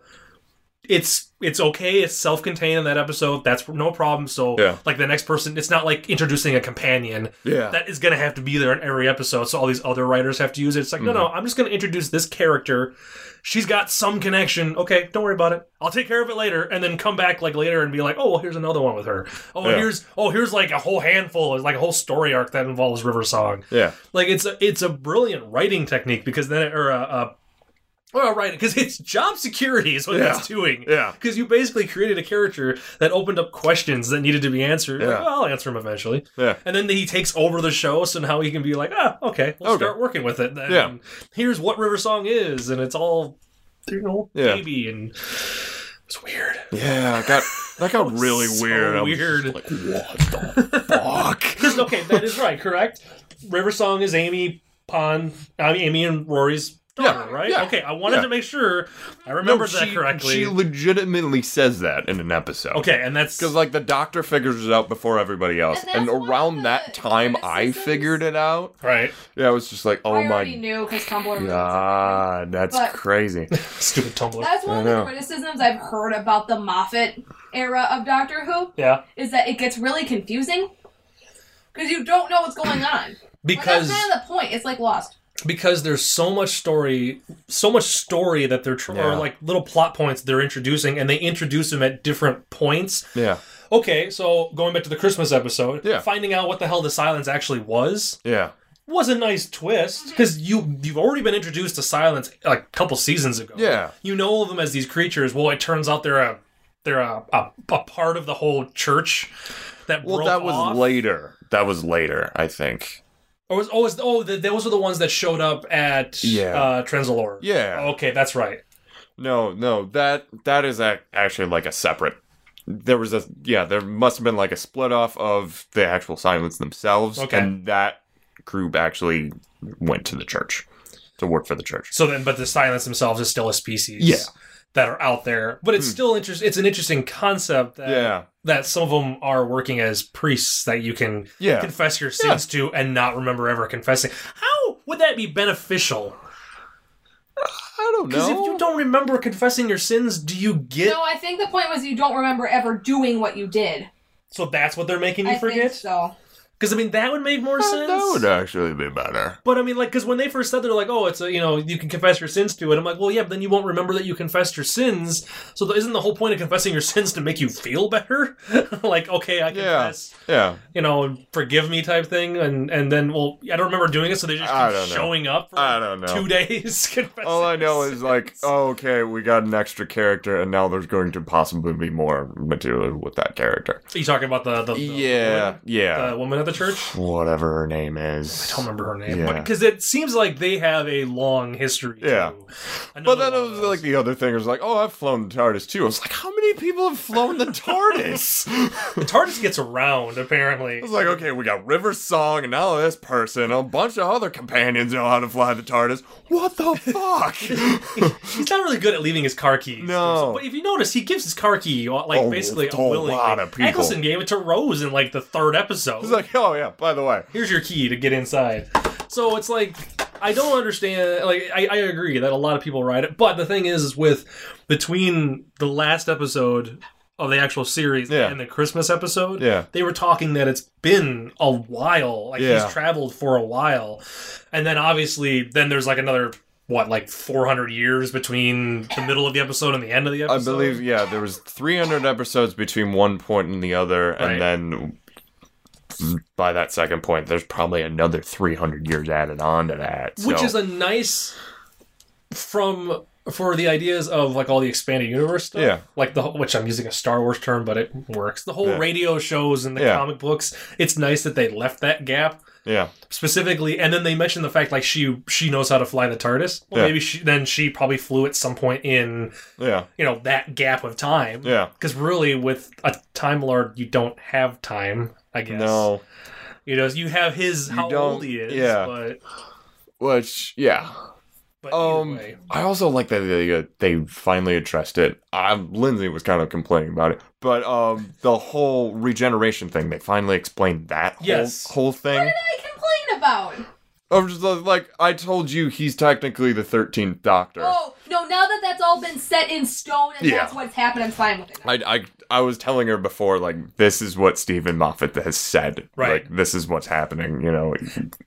C: it's it's okay it's self-contained in that episode that's no problem so
B: Yeah.
C: like the next person it's not like introducing a companion
B: Yeah.
C: that is gonna have to be there in every episode so all these other writers have to use it it's like no no
B: Mm-hmm.
C: i'm just gonna introduce this character she's got some connection okay don't worry about it i'll take care of it later and then come back like later and be like oh well here's another one with her oh
B: Yeah.
C: here's oh here's like a whole handful like a whole story arc that involves river song
B: yeah.
C: like it's a it's a brilliant writing technique because then it, or a, a or a writing because it's job security is what
B: Yeah.
C: it's doing.
B: Yeah.
C: Because you basically created a character that opened up questions that needed to be answered. Like,
B: Yeah.
C: well, I'll answer them eventually.
B: Yeah.
C: And then he takes over the show, so now he can be like, ah, okay, let's
B: Okay.
C: start working with it. Then.
B: Yeah.
C: Here's what River Song is, and it's all you know,
B: Yeah.
C: baby and it's weird.
B: Yeah. Got that got really
C: So
B: weird. I was just
C: weird.
B: Like what the fuck?
C: okay, that is right, correct? River Song is Amy Pond, I mean, Amy and Rory's daughter,
B: Yeah,
C: right?
B: yeah,
C: okay, I wanted
B: yeah.
C: to make sure I remembered
B: No,
C: that correctly.
B: She legitimately says that in an episode.
C: okay, and that's
B: Because like the doctor figures it out before everybody else,
D: And
B: and,
D: that's one
B: around
D: of
B: that
D: the
B: time, I
D: criticisms.
B: figured it out.
C: right.
B: Yeah, I was just like, oh
D: I
B: my
D: already knew because Tumblr.
B: god, that's
D: But-
B: crazy.
C: Stupid Tumblr.
D: That's
B: I
D: one of the
B: know.
D: criticisms I've heard about the Moffat era of Doctor Who
C: yeah,
D: is that it gets really confusing because you don't know what's going on. Like,
C: because
D: that's kind of the point. It's like Lost.
C: because there's so much story, so much story that they're tr- or
B: Yeah.
C: like little plot points they're introducing, and they introduce them at different points.
B: yeah,
C: Okay, so going back to the Christmas episode,
B: Yeah.
C: finding out what the hell the silence actually was.
B: yeah,
C: was a nice
B: Mm-hmm.
C: twist because you you've already been introduced to silence like a couple seasons ago.
B: Yeah.
C: you know them as these creatures. Well, it turns out they're a they're a, a, a part of the whole church that
B: Well,
C: broke
B: that was
C: off.
B: later. That was later, I think.
C: Or was oh, was, oh th those were the ones that showed up at
B: Yeah.
C: uh, Trenzalore.
B: Yeah.
C: okay, that's right.
B: No, no, that that is ac- actually like a separate. There was a yeah, there must have been like a split off of the actual silence themselves,
C: Okay.
B: and that group actually went to the church to work for the church.
C: So then, but the silence themselves is still a species.
B: Yeah. Hmm.
C: That are out there, but it's still interest. It's an interesting concept. That,
B: Yeah.
C: that some of them are working as priests that you can
B: Yeah.
C: confess your sins to and not remember ever confessing. How would that be beneficial?
B: I don't
C: Because
B: know.
C: if you don't remember confessing your sins, do you get?
D: No, I think the point was you don't remember ever doing what you did.
C: So that's what they're making you
D: I think
C: forget.
D: so.
C: Because I mean, that would make more sense.
B: that would actually be better.
C: But I mean, like, because when they first said they're like, "Oh, it's a you know, you can confess your sins to it," I'm like, "Well, yeah, but then you won't remember that you confessed your sins." So th- isn't the whole point of confessing your sins to make you feel better? like, okay, I
B: Yeah,
C: confess,
B: yeah.
C: you know, forgive me type thing, and and then well, I don't remember doing it, so they just
B: I
C: keep
B: don't know.
C: showing up for
B: I don't know.
C: two days. confessing
B: All I know
C: your
B: is like,
C: sins.
B: oh, okay, we got an extra character, and now there's going to possibly be more material with that character.
C: Are you talking about the the, the
B: Yeah,
C: woman,
B: yeah.
C: the woman at the church?
B: Whatever her name is.
C: I don't remember her name,
B: Yeah.
C: because it seems like they have a long history.
B: Yeah.
C: too.
B: But
C: Another
B: then it
C: one of
B: was
C: those.
B: like the other thing was like, oh, I've flown the TARDIS too. I was like, how many many people have flown the TARDIS? I
C: The TARDIS gets around, apparently.
B: was like, okay, we got River Song and now this person, a bunch of other companions know how to fly the TARDIS. What the fuck?
C: He's not really good at leaving his car keys.
B: No.
C: But if you notice, he gives his car key, uh, like,
B: Oh,
C: basically,
B: to a
C: unwillingly.
B: lot of people.
C: Eccleston gave it to Rose in, like, the third episode.
B: He's like, oh yeah, by the way.
C: here's your key to get inside. So it's like I don't understand. Like I, I agree that a lot of people ride it, but the thing is, is with between the last episode of the actual series
B: Yeah.
C: and the Christmas episode,
B: Yeah.
C: they were talking that it's been a while. Like
B: Yeah.
C: he's traveled for a while, and then obviously then there's like another. What like 400 years between the middle of the episode and the end of the
B: I
C: episode?
B: believe, yeah, there was 300 episodes between one point and the other,
C: Right.
B: and then by that second point, there's probably another 300 years added on to that.
C: which
B: so-
C: is a nice from for the ideas of like all the expanded universe stuff.
B: Yeah.
C: Like the which I'm using a Star Wars term, but it works. The whole
B: Yeah.
C: radio shows and the
B: Yeah.
C: comic books. It's nice that they left that gap
B: yeah,
C: specifically, and then they mentioned the fact like she she knows how to fly the TARDIS. Well,
B: Yeah.
C: maybe she then she probably flew at some point in
B: yeah,
C: you know that gap of time.
B: yeah.
C: Because really, with a Time Lord, you don't have time. I guess.
B: No,
C: You know, you have his
B: You
C: how
B: don't-
C: old he is.
B: yeah.
C: But,
B: which yeah.
C: but either
B: Um,
C: way.
B: I also like that they uh, they finally addressed it. I'm Lindsay was kind of complaining about it, but um, the whole regeneration thing they finally explained that whole,
C: Yes.
B: whole thing.
D: I complain about.
B: I'm just like I told you, he's technically the 13th Doctor.
D: Oh no! Now that that's all been set in stone and
B: Yeah.
D: that's what's happened, I'm fine with it.
B: I, I I was telling her before, like this is what Stephen Moffat has said.
C: Right.
B: Like this is what's happening. You know,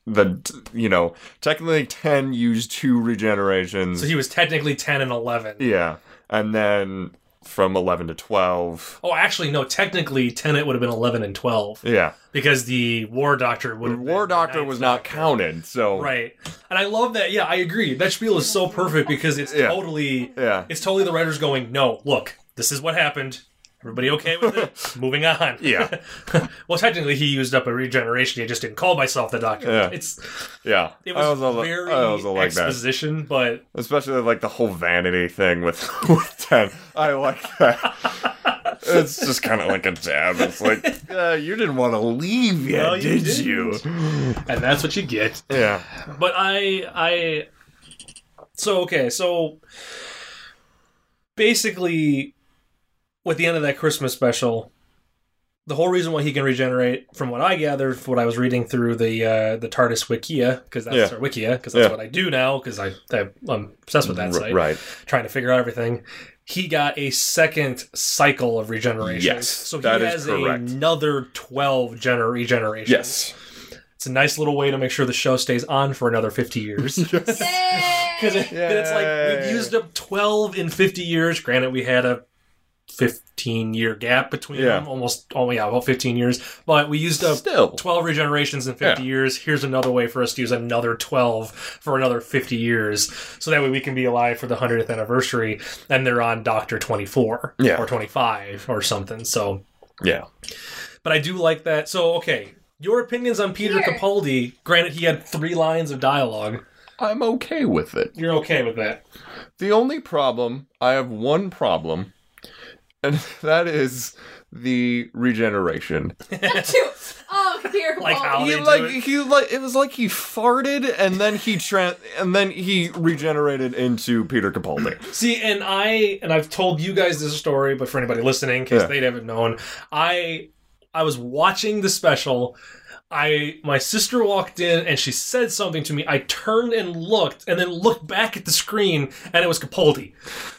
B: the you know technically ten used two regenerations.
C: So he was technically 10 and 11.
B: yeah, and then from eleven to twelve.
C: Oh, actually, no. Technically, Tenet would have been 11 and 12
B: Yeah,
C: because the War Doctor would
B: the
C: have been
B: War
C: the
B: Doctor
C: ninth
B: was not
C: Doctor.
B: counted. So
C: Right. And I love that. Yeah, I agree. That spiel is so perfect because it's
B: Yeah.
C: totally
B: Yeah.
C: it's totally the writers going, "No, look. This is what happened. Everybody okay with it? Moving on."
B: Yeah.
C: well, technically he used up a regeneration. He just didn't call myself the Doctor.
B: Yeah.
C: It's
B: Yeah.
C: it was
B: I also,
C: very
B: I also like that,
C: exposition, but
B: especially like the whole vanity thing with with ten. I like that. It's just kind of like a jab. It's like uh, you didn't want to leave yet,
C: No, you
B: did you?
C: and that's what you get.
B: Yeah.
C: But I I so okay, so basically with the end of that Christmas special, the whole reason why he can regenerate, from what I gathered, from what I was reading through the uh, the TARDIS Wikia, because that's
B: Yeah.
C: our Wikia, because that's
B: Yeah.
C: what I do now, because I I'm obsessed with that
B: R-
C: site,
B: Right.
C: trying to figure out everything. He got a second cycle of regeneration.
B: Yes,
C: so he
B: that is
C: has
B: correct.
C: another twelve gener- regenerations.
B: Yes.
C: It's a nice little way to make sure the show stays on for another 50 years. Because
D: Yay!
C: it's like
B: Yay.
C: we've used up 12 in 50 years. Granted, we had a 15 year gap between
B: Yeah.
C: them, almost, oh, yeah, about 15 years. But we used up
B: Still.
C: 12 regenerations in 50
B: Yeah.
C: years. Here's another way for us to use another 12 for another 50 years. So that way we can be alive for the 100th anniversary and they're on Doctor 24
B: Yeah.
C: or 25 or something. So,
B: Yeah.
C: but I do like that. So, okay. Your opinions on Peter
D: Here.
C: Capaldi, granted he had three lines of dialogue.
B: I'm okay with it.
C: You're okay with that.
B: The only problem, I have one problem, and that is the regeneration.
D: Two. Oh, computer.
C: Like
D: oh,
C: how-
B: he
C: they do
B: like
C: it.
B: he like it was like he farted and then he tran and then he regenerated into Peter Capaldi.
C: See, and I and I've told you guys this story, but for anybody listening, in case
B: Yeah.
C: they haven't known, I I was watching the special. I my sister walked in and she said something to me. I turned and looked, and then looked back at the screen, and it was Capaldi,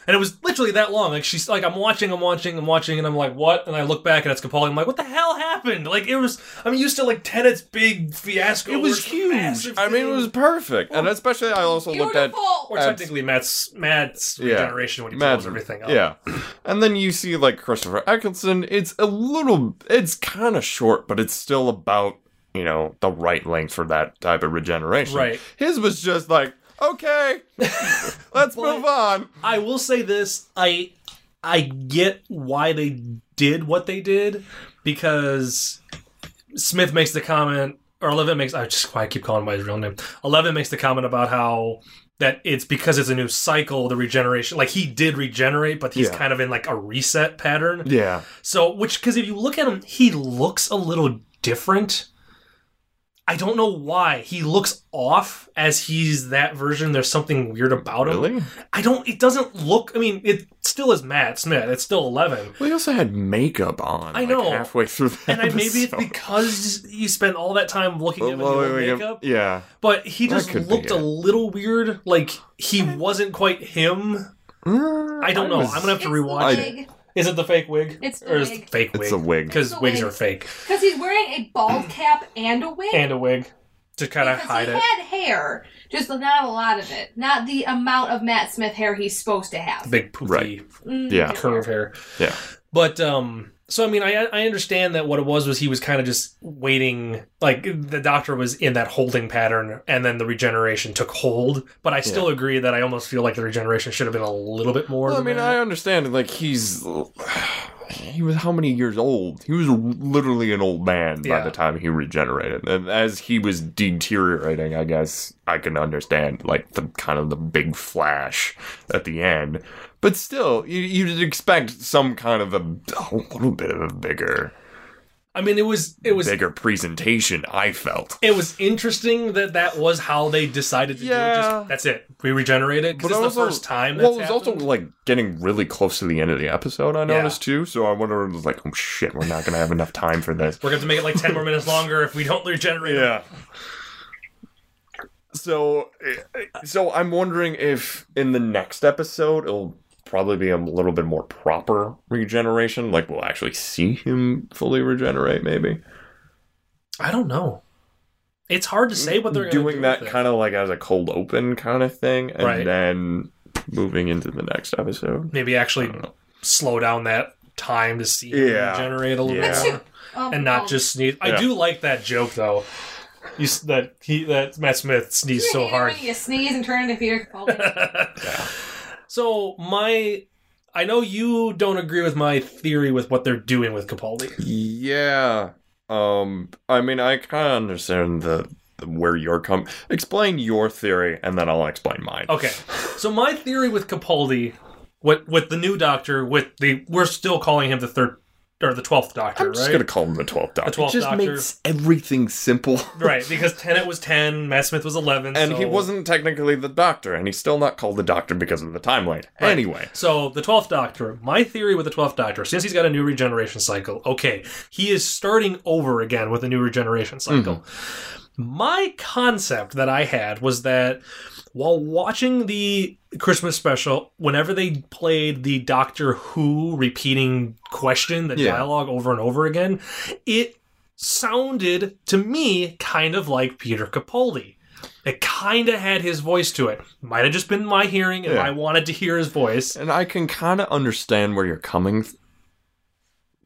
C: and it was literally that long. Like she's like, I'm watching, I'm watching, I'm watching, and I'm like, what? And I look back, and it's Capaldi. I'm like, what the hell happened? Like it was. I'm used to like Tenet's big fiasco.
B: It
C: where
B: was
C: it's a
B: huge.
C: massive
B: I mean, it
C: thing.
B: was perfect, and especially I also looked at
D: beautiful.
C: Or
B: at-
C: technically, Matt's Matt's
B: Yeah.
C: regeneration when he blows
B: Imagine.
C: everything up.
B: Yeah. And then you see like Christopher Eccleston, it's a little it's kind of short, but it's still about, you know, the right length for that type of regeneration.
C: Right.
B: His was just like, okay, let's move on.
C: I will say this: I I get why they did what they did because Smith makes the comment, or Eleven makes. I just why I keep calling him by his real name. Eleven makes the comment about how that it's because it's a new cycle, the regeneration. Like he did regenerate, but he's
B: Yeah.
C: kind of in like a reset pattern.
B: Yeah.
C: So, which because if you look at him, he looks a little different. I don't know why he looks off as he's that version. There's something weird about him.
B: Really?
C: I don't. It doesn't look. I mean, it still is Matt Smith. It's still Eleven.
B: Well, he also had makeup on.
C: I
B: like,
C: know.
B: halfway through the
C: And I, maybe it's
B: episode.
C: because you spent all that time looking at him in the
B: Well,
C: old
B: like, um,
C: makeup.
B: Yeah.
C: But he
B: That
C: just
B: could be
C: looked a
B: it.
C: little weird. Like he wasn't quite him.
B: Mm,
C: I don't know. I'm gonna have to rewatch it. Is it the fake wig?
D: It's the
C: or is it
D: wig.
C: the fake
B: It's a
C: wig?
B: wig.
C: Because
D: It's a
C: wigs
D: wig.
C: are fake.
D: Because he's wearing a bald cap and a wig.
C: And a wig to kind of
D: because
C: hide
D: he
C: it.
D: had hair, just not a lot of it. Not the amount of Matt Smith hair he's supposed to have. Mm,
C: Big poofy
B: Right. Yeah.
C: curve hair.
B: Yeah.
C: But um so I mean I I understand that what it was was he was kind of just waiting like the doctor was in that holding pattern and then the regeneration took hold, but I still agree that I almost feel like the regeneration should have been a little bit more
B: Well, I
C: than
B: mean,
C: that.
B: I understand. Like he's he was how many years old? He was literally an old man
C: Yeah.
B: by the time he regenerated, and as he was deteriorating, I guess I can understand like the kind of the big flash at the end. But still, you, you'd expect some kind of a, a little bit of a bigger,
C: I mean it was it was
B: bigger presentation. I felt.
C: it was interesting that that was how they decided to do it.
B: Yeah.
C: Just, that's it. We regenerate it. Because it's the first time that's
B: Well, it was
C: happened.
B: also like getting really close to the end of the episode. I
C: Yeah.
B: noticed too, so I wonder. It was like, oh shit, we're not gonna have enough time for this.
C: We're going to make it like 10 more minutes longer if we don't regenerate it.
B: Yeah. So, eh, so I'm wondering if in the next episode it'll probably be a little bit more proper regeneration. Like we'll actually see him fully regenerate. Maybe
C: I don't know. It's hard to say what they're gonna
B: doing
C: do
B: that
C: with it.
B: kind of like as a cold open kind of thing, and
C: Right.
B: then moving into the next episode.
C: maybe actually
B: know.
C: slow down that time to see
B: Yeah.
C: yeah. generate a little
B: Yeah.
C: bit more
D: Um,
C: and not
D: um,
C: just sneeze. I
B: Yeah.
C: do like that joke though. You s- that he that Matt Smith sneezed
D: you
C: so
D: hate it
C: hard.
D: When you sneeze and turn into Peter Capaldi.
C: So my I know you don't agree with my theory with what they're doing with Capaldi.
B: Yeah. Um. I mean, I kind of understand the, the where you're coming. Explain your theory, and then I'll explain mine.
C: Okay. So my theory with Capaldi with with the new doctor with the we're still calling him the third or the 12th doctor,
B: I'm
C: right?
B: just gonna call him the twelfth doctor.
C: 12th
B: it just
C: Doctor.
B: makes everything simple.
C: Right, because Tennant was 10, Matt Smith was 11,
B: And
C: so-
B: he wasn't technically the doctor, and he's still not called the doctor because of the timeline.
C: Right.
B: Anyway,
C: So the twelfth Doctor, my theory with the twelfth Doctor, since he's got a new regeneration cycle, okay, he is starting over again with a new regeneration cycle.
B: Mm-hmm.
C: My concept that I had was that while watching the Christmas special, whenever they played the Doctor Who repeating question, the
B: Yeah.
C: dialogue over and over again, it sounded to me kind of like Peter Capaldi. It kind of had his voice to it. Might have just been my hearing, and
B: Yeah.
C: I wanted to hear his voice.
B: and I can kind of understand where you're coming th-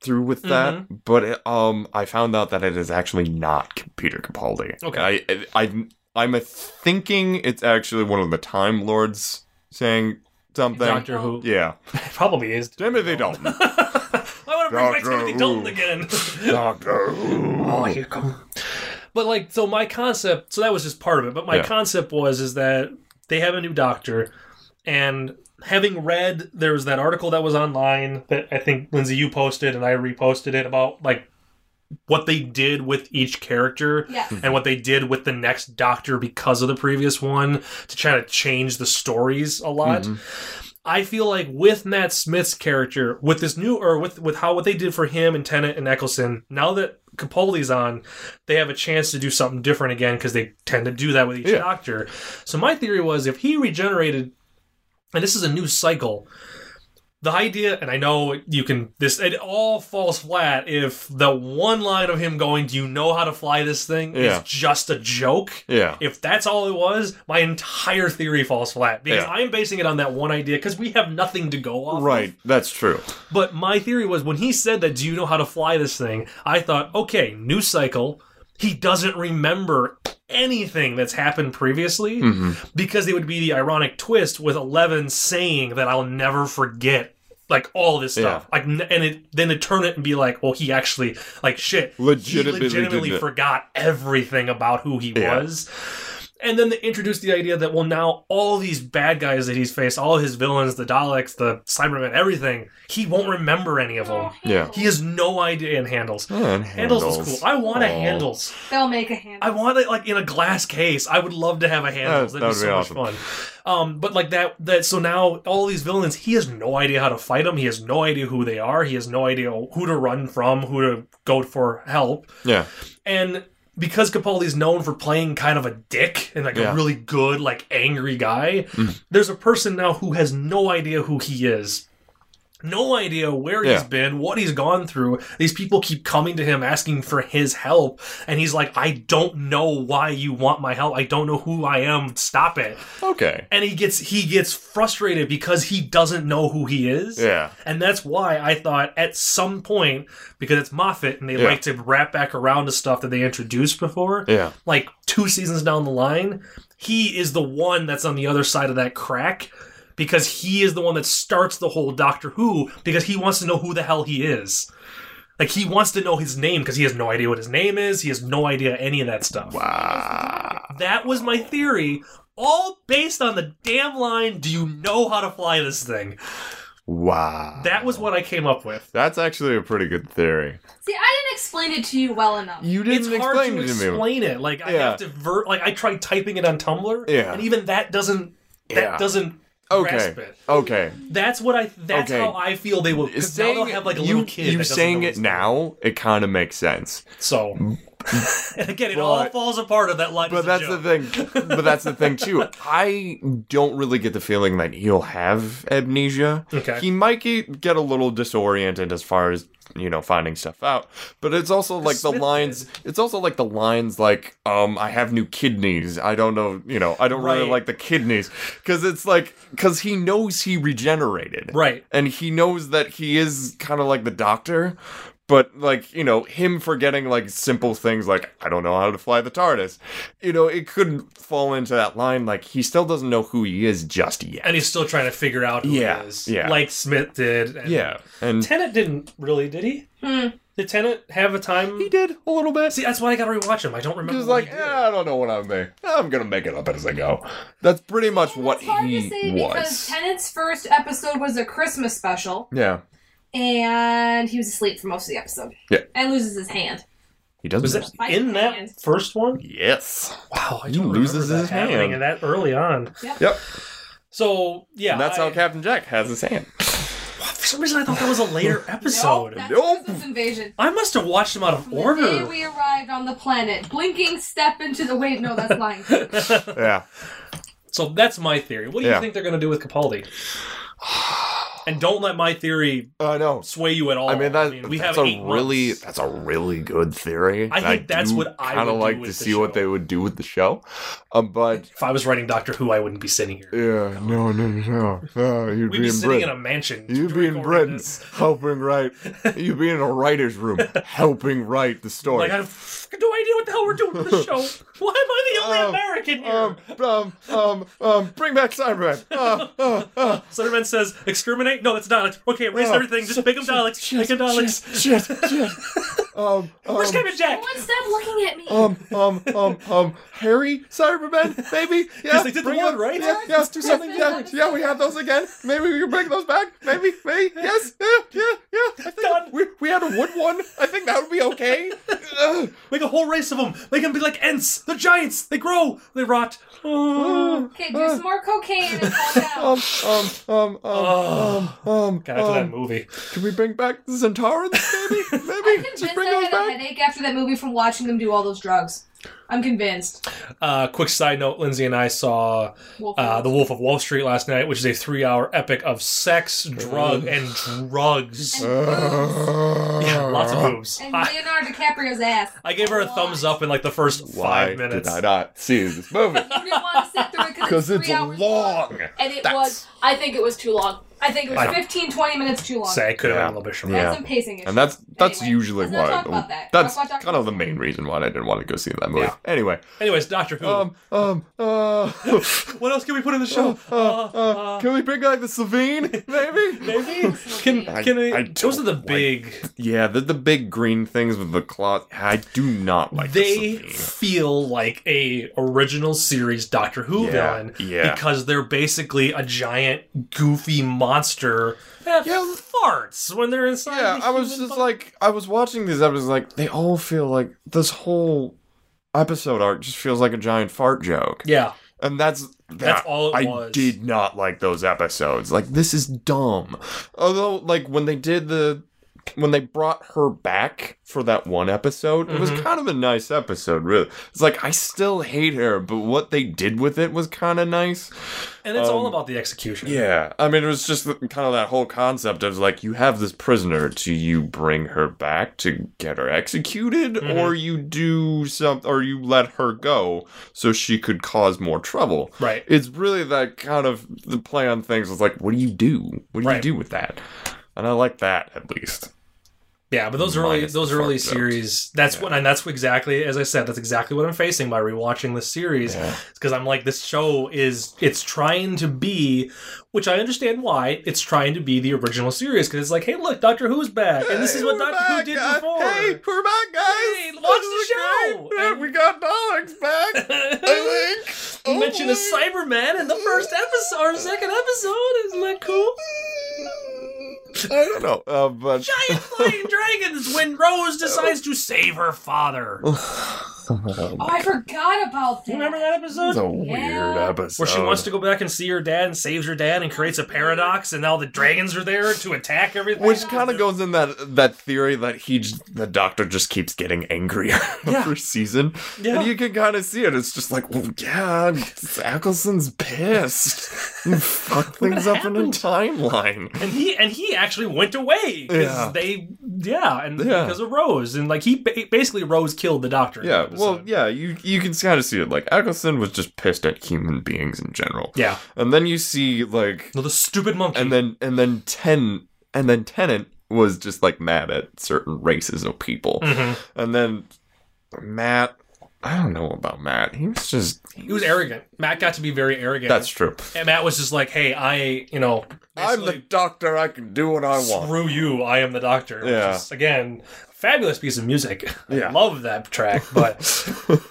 B: through with that,
C: Mm-hmm.
B: but it, um, I found out that it is actually not Peter Capaldi.
C: Okay.
B: I, I, I'm a thinking it's actually one of the Time Lords saying something.
C: Doctor Who
B: Yeah,
C: It probably is.
B: Timothy Dalton.
C: I want to bring back
B: Doctor
C: Timothy
B: Who.
C: Dalton again. Oh,
B: Doctor Who.
C: here come. But like, so my concept. So that was just part of it. But my
B: Yeah.
C: concept was is that they have a new doctor, and having read there was that article that was online that I think Lindsay you posted and I reposted it about like what they did with each character
D: Yes.
C: and what they did with the next doctor because of the previous one to try to change the stories a lot. I feel like with Matt Smith's character, with this new or with with how what they did for him and Tennant and Eccleston, now that Capaldi's on, they have a chance to do something different again because they tend to do that with each
B: Yeah.
C: doctor. So my theory was if he regenerated, and this is a new cycle. The idea, and I know you can this it all falls flat if the one line of him going, Do you know how to fly this thing?
B: Yeah.
C: is just a joke.
B: Yeah.
C: If that's all it was, my entire theory falls flat because
B: Yeah.
C: I'm basing it on that one idea because we have nothing to go off. of.
B: Right, that's true.
C: But my theory was when he said that, "Do you know how to fly this thing?" I thought, okay, new cycle. He doesn't remember anything that's happened previously
B: Mm-hmm.
C: because it would be the ironic twist with Eleven saying that I'll never forget like all this stuff. Like n- and it then to turn it and be like, well, he actually like shit. he
B: Legitimately did
C: legitimately
B: that.
C: forgot everything about who he
B: Yeah.
C: was. And then they introduced the idea that well now all these bad guys that he's faced, all his villains, the Daleks, the Cybermen, everything, he won't remember any of
D: Oh,
C: them.
B: Yeah.
C: He has no idea in handles.
B: And
C: Handles, is cool. I want a
B: Aw.
C: handles.
D: They'll make a hand.
C: I want it like in a glass case. I would love to have a handles.
B: That-
C: That'd be so
B: that would be
C: much fun. Um, but like that, that so now all these villains, he has no idea how to fight them. He has no idea who they are. He has no idea who to run from, who to go for help.
B: Yeah.
C: And because Capaldi's known for playing kind of a dick and like
B: Yeah. Hmm.
C: a really good, like angry guy, there's a person now who has no idea who he is. No idea where
B: Yeah.
C: he's been, what he's gone through. These people keep coming to him asking for his help, and he's like, I don't know why you want my help. I don't know who I am. Stop it.
B: Okay.
C: And he gets he gets frustrated because he doesn't know who he is.
B: Yeah.
C: And that's why I thought at some point, because it's Moffat and they
B: Yeah.
C: like to wrap back around to stuff that they introduced before,
B: Yeah.
C: like two seasons down the line, he is the one that's on the other side of that crack because he is the one that starts the whole Doctor Who because he wants to know who the hell he is. Like he wants to know his name because he has no idea what his name is. He has no idea any of that stuff.
B: Wow.
C: That was my theory, all based on the damn line. Do you know how to fly this thing?
B: Wow.
C: That was what I came up with.
B: That's actually a pretty good theory.
D: See, I didn't explain it to you well enough.
B: You didn't
C: It's hard
B: explain
C: to
B: it to me.
C: explain it. Like I
B: Yeah.
C: have to ver- like I tried typing it on Tumblr,
B: Yeah.
C: and even that doesn't that
B: Yeah.
C: doesn't
B: Okay.
C: grasp it.
B: Okay.
C: That's what I. That's
B: Okay.
C: how I feel they will. Because now
B: Saying
C: they'll have like a
B: you,
C: little kid.
B: you
C: that doesn't
B: saying
C: know
B: it
C: his
B: now, it kind of makes sense.
C: name. So, and again, it all
B: But-
C: falls apart of that line.
B: But that's the thing. But that's the thing too. I don't really get the feeling that he'll have amnesia.
C: Okay.
B: He might get get a little disoriented as far as you know finding stuff out. But it's also like the
C: Smith
B: lines. It's also like the lines like, um, I have new kidneys. I don't know. You know, I don't
C: Right.
B: really like the kidneys because it's like because he knows he regenerated.
C: Right.
B: And he knows that he is kind of like the doctor, but like, you know, him forgetting like simple things like, I don't know how to fly the TARDIS. You know, it could fall into that line like he still doesn't know who he is just yet.
C: And he's still trying to figure out who
B: Yeah,
C: he is.
B: yeah.
C: Like Smith did. And
B: Yeah. And
C: Tennant didn't really, did he?
D: Hmm.
C: Did Tennant have a time?
B: he did a little bit.
C: See, that's why I gotta rewatch him. I don't
B: He
C: remember.
B: was
C: what
B: like,
C: he
B: eh,
C: did.
B: I don't know what I'm doing. I'm gonna make it up as I go. That's pretty much what
D: it's hard
B: he
D: to say because
B: was.
D: Tennant's first episode was a Christmas special,
B: Yeah.
D: and he was asleep for most of the episode.
B: Yeah.
D: And loses his hand.
B: He does
C: Was
B: not
C: it
D: My
C: in that
D: hand.
C: first one?
B: Yes.
C: Wow, I
B: He
C: don't
B: loses
C: remember
B: his
C: that happening
B: hand.
C: and that early on.
D: Yep.
B: Yep.
C: So yeah,
B: And that's
C: I,
B: how Captain Jack has his hand.
C: For some reason, I thought that was a later
D: Nope,
C: episode.
D: that's
B: Nope.
D: Christmas invasion.
C: I must have watched him out of
D: From
C: order.
D: The day we arrived on the planet, blinking step into the wait. No, that's lying.
B: Yeah.
C: So that's my theory. What do you
B: Yeah.
C: think they're going to do with Capaldi? And don't let my theory
B: I know.
C: sway you at all.
B: I mean, that,
C: we
B: that's
C: have
B: a
C: eight
B: really
C: months.
B: that's a really good theory.
C: I
B: and
C: think that's what I
B: kind
C: would
B: of
C: do
B: like
C: with
B: to
C: the
B: see what
C: show.
B: they would do with the show. Um, but
C: If I was writing Doctor Who, I wouldn't be sitting here.
B: yeah, no, no, no, no.
C: We'd
B: You'd be
C: be
B: in
C: sitting in a
B: Britain.
C: mansion.
B: You'd be in
C: recording
B: Britain
C: this.
B: helping write. You'd be in a writer's room helping write the story.
C: Like, I have fucking no idea what the hell we're doing with this show. Why am I the only
B: Um,
C: American here?
B: um, um, um, um, bring back Cyberman. Uh, uh, uh,
C: Slenderman says, exterminate? No, that's Daleks. Okay, erase
B: Oh,
C: everything. Just make them Daleks. Make them Daleks.
B: shit, shit. Um, um,
C: Where's Captain Jack?
D: Everyone stop looking at me.
B: um, um, um, um, Harry Cyberman, maybe? Yeah,
C: they did the
B: bring
C: one,
B: up-
C: right?
B: Yeah, yeah, do something. Yeah, yeah, we have those again. Maybe we can bring those back. Maybe, maybe, yes, yeah, yeah, yeah. I think
C: Done.
B: We, we had a wood one. I think that would be okay. Ugh.
C: Make a whole race of them. Make them be like Ents. They're giants. They grow. They rot. Oh.
D: Okay, do some more cocaine and calm down.
B: um, um, um, um,
C: Oh.
B: um, um,
C: God, after that
B: um,
C: movie.
B: can we bring back the Centaurans, maybe?
D: I'm
B: Maybe?
D: convinced
B: Just
D: I
B: bring those
D: had a
B: back?
D: headache after that movie from watching them do all those drugs. I'm convinced.
C: Uh, quick side note: Lindsay and I saw
D: Wolf
C: uh, The Wolf of Wall Street last night, which is a three-hour epic of sex, drug, and drugs. Yeah, lots of boobs.
D: and
C: I,
D: Leonardo DiCaprio's ass.
C: I gave her a thumbs up in like the first
B: Why
C: five minutes.
B: did I not see this movie?
D: You didn't want to sit through it
B: Because
D: it's,
B: it's
D: three hours
B: long.
G: And it was. I think it was too long. I
D: I think it was
C: I-
D: 15, 20 minutes too long.
C: Say I could have
B: Yeah.
C: been a little bit shorter.
D: I
B: Yeah.
D: had some pacing issues.
B: And that's that's
D: Anyway,
B: usually
D: let's not
B: why
D: talk about that.
B: that's
D: Talk about Doctor
B: kind of the main reason why I didn't want to go see that movie.
C: Yeah.
B: Anyway,
C: Anyways, Doctor Who.
B: um, um, uh,
C: what else can we put in the
B: uh,
C: show?
B: uh, uh, can we bring like the Savine, maybe?
C: Maybe can
B: I-
C: can we,
B: I
C: those are the
B: don't like-
C: big.
B: yeah, the the big green things with the claws. I do not like
C: they
B: the Savine.
C: feel like a original series Doctor Who
B: Yeah,
C: villain
B: yeah.
C: because they're basically a giant goofy monster that
B: Yeah.
C: farts when they're inside.
B: Yeah,
C: the
B: I was
C: human
B: just
C: body.
B: like, I was watching these episodes, like they all feel like this whole episode arc just feels like a giant fart joke.
C: yeah,
B: And that's that.
C: That's all it
B: I
C: was.
B: did not like those episodes. Like this is dumb. Although, like when they did the when they brought her back for that one episode, it
C: Mm-hmm.
B: was kind of a nice episode. Really, it's like I still hate her, but what they did with it was kind of nice.
C: and it's all
B: Um,
C: about the execution.
B: Yeah, I mean, it was just kind of that whole concept of like you have this prisoner, do you bring her back to get her executed,
C: Mm-hmm.
B: or you do some, or you let her go so she could cause more trouble?
C: Right.
B: It's really that kind of the play on things. It's like, what do you do? What do
C: Right.
B: you do with that? And I like that at least.
C: Yeah, but those early
B: Minus
C: those
B: the
C: early
B: fart jokes.
C: series. That's what and that's exactly as I said. That's exactly what I'm facing by rewatching this series because I'm like, this show is it's trying to be, which I understand why it's trying to be the original series because it's like, hey, look, Doctor Who's back, and this is what
B: Hey,
C: Doctor
B: we're
C: Who
B: back,
C: did
B: guys.
C: before.
B: Hey, we're back, guys.
C: Hey, watch
B: This
C: the
B: is
C: show.
B: great. Yeah,
C: And-
B: we got Daleks back. I think. Oh,
C: You mentioned a
B: boy.
C: Cyberman in the first episode or second episode. Isn't that cool?
B: I don't know, uh, but
C: Giant flying dragons when Rose decides to save her father.
D: Oh, I forgot about that.
C: Remember that episode?
B: it's a weird
D: Yeah.
B: episode.
C: Where she wants to go back and see her dad and saves her dad and creates a paradox, and all the dragons are there to attack everything.
B: which kind of goes in that that theory that he j- the doctor just keeps getting angrier
C: Yeah.
B: every season,
C: Yeah.
B: and you can kind of see it. It's just like, well, yeah, Eccleston's pissed. You fuck things up in a
C: happened?
B: timeline.
C: And he and he actually went away because
B: Yeah.
C: they yeah and
B: Yeah.
C: because of Rose and like he ba- basically Rose killed the doctor. in
B: Yeah,
C: that
B: well,
C: episode.
B: yeah, you you can kind of see it. Like Eccleston was just pissed at human beings in general.
C: yeah.
B: and then you see like
C: No, the stupid monkey.
B: and then and then ten and then tenant was just like mad at certain races of people and then matt i don't know about matt he was just
C: he was arrogant. Matt got to be very arrogant.
B: that's true
C: and Matt was just like, "Hey, I you know
B: i'm the
C: basically,
B: doctor i can do what i want
C: screw you. I am the doctor." which
B: Yeah.
C: is, again. Fabulous piece of music.
B: Yeah.
C: I love that track, but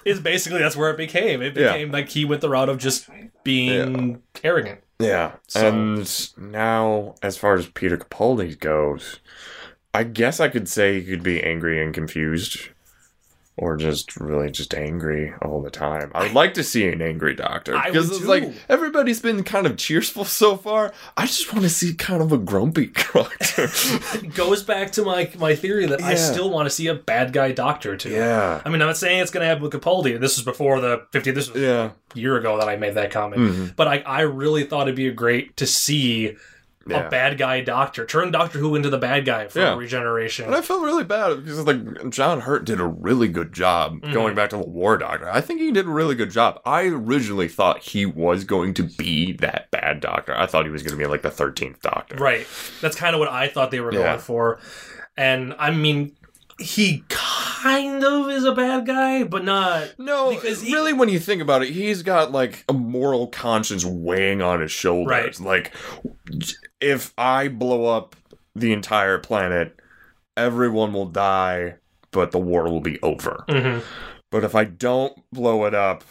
C: it's basically that's where it became. It
B: Yeah.
C: became like he went the route of just being arrogant.
B: yeah
C: So-
B: and now as far as peter capaldi goes i guess i could say he could be angry and confused or just really just angry all the time. I would like to see an angry doctor
C: I
B: because
C: would
B: it's
C: too.
B: like everybody's been kind of cheerful so far. I just want to see kind of a grumpy doctor.
C: It goes back to my my theory that I
B: Yeah.
C: still want to see a bad guy doctor too.
B: yeah,
C: I mean, I'm not saying it's going to happen with Capaldi. This was before the 50. This was
B: yeah,
C: a year ago that I made that comment.
B: Mhm.
C: But I, I really thought it'd be great to see
B: yeah.
C: a bad guy doctor turn Doctor Who into the bad guy for
B: Yeah.
C: regeneration.
B: and I felt really bad because like John Hurt did a really good job going back to the War Doctor. I think he did a really good job. I originally thought he was going to be that bad doctor. I thought he was going to be like the thirteenth Doctor.
C: Right. That's kind of what I thought they were
B: Yeah.
C: going for. And I mean, he kind of is a bad guy, but not.
B: No,
C: Because he-
B: really, when you think about it, he's got like a moral conscience weighing on his
C: Right.
B: shoulders. Like, if I blow up the entire planet, everyone will die, but the war will be over.
C: Mhm.
B: But if I don't blow it up,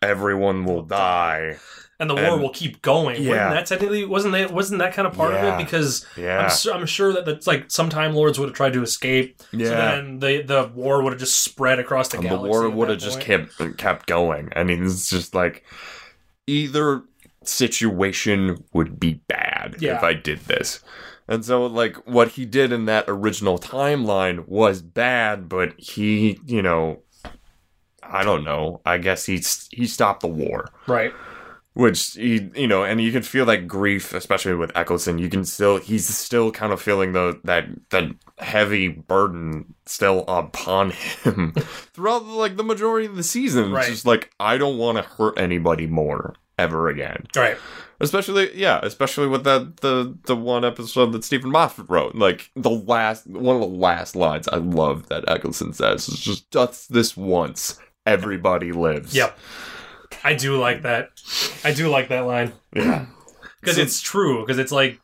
B: everyone will die.
C: And the war
B: And-
C: will keep going.
B: Yeah.
C: Wouldn't that technically wasn't that wasn't that kind of part
B: Yeah.
C: of it because
B: Yeah.
C: I'm, su- I'm sure that that's like some Time Lords would have tried to escape. So
B: Yeah.
C: then the the war would have just spread across the
B: And the
C: galaxy.
B: war
C: at
B: would
C: that
B: have just
C: point.
B: kept kept going. I mean, it's just like either situation would be bad
C: Yeah.
B: if I did this. And so, like, what he did in that original timeline was bad, but he, you know, I don't know. I guess he s- he stopped the war,
C: right.
B: which he, you know, and you can feel that grief, especially with Eccleston. You can still, he's still kind of feeling the that that heavy burden still upon him throughout like the majority of the season.
C: Right.
B: It's just like I don't want to hurt anybody more. ever again.
C: Right.
B: Especially, yeah, especially with that the the one episode that Stephen Moffat wrote. Like the last one of the last lines I love that Eccleston says is just "Does this once, everybody lives."
C: Yep. I do like that. I do like that line.
B: Yeah.
C: because it's true because it's like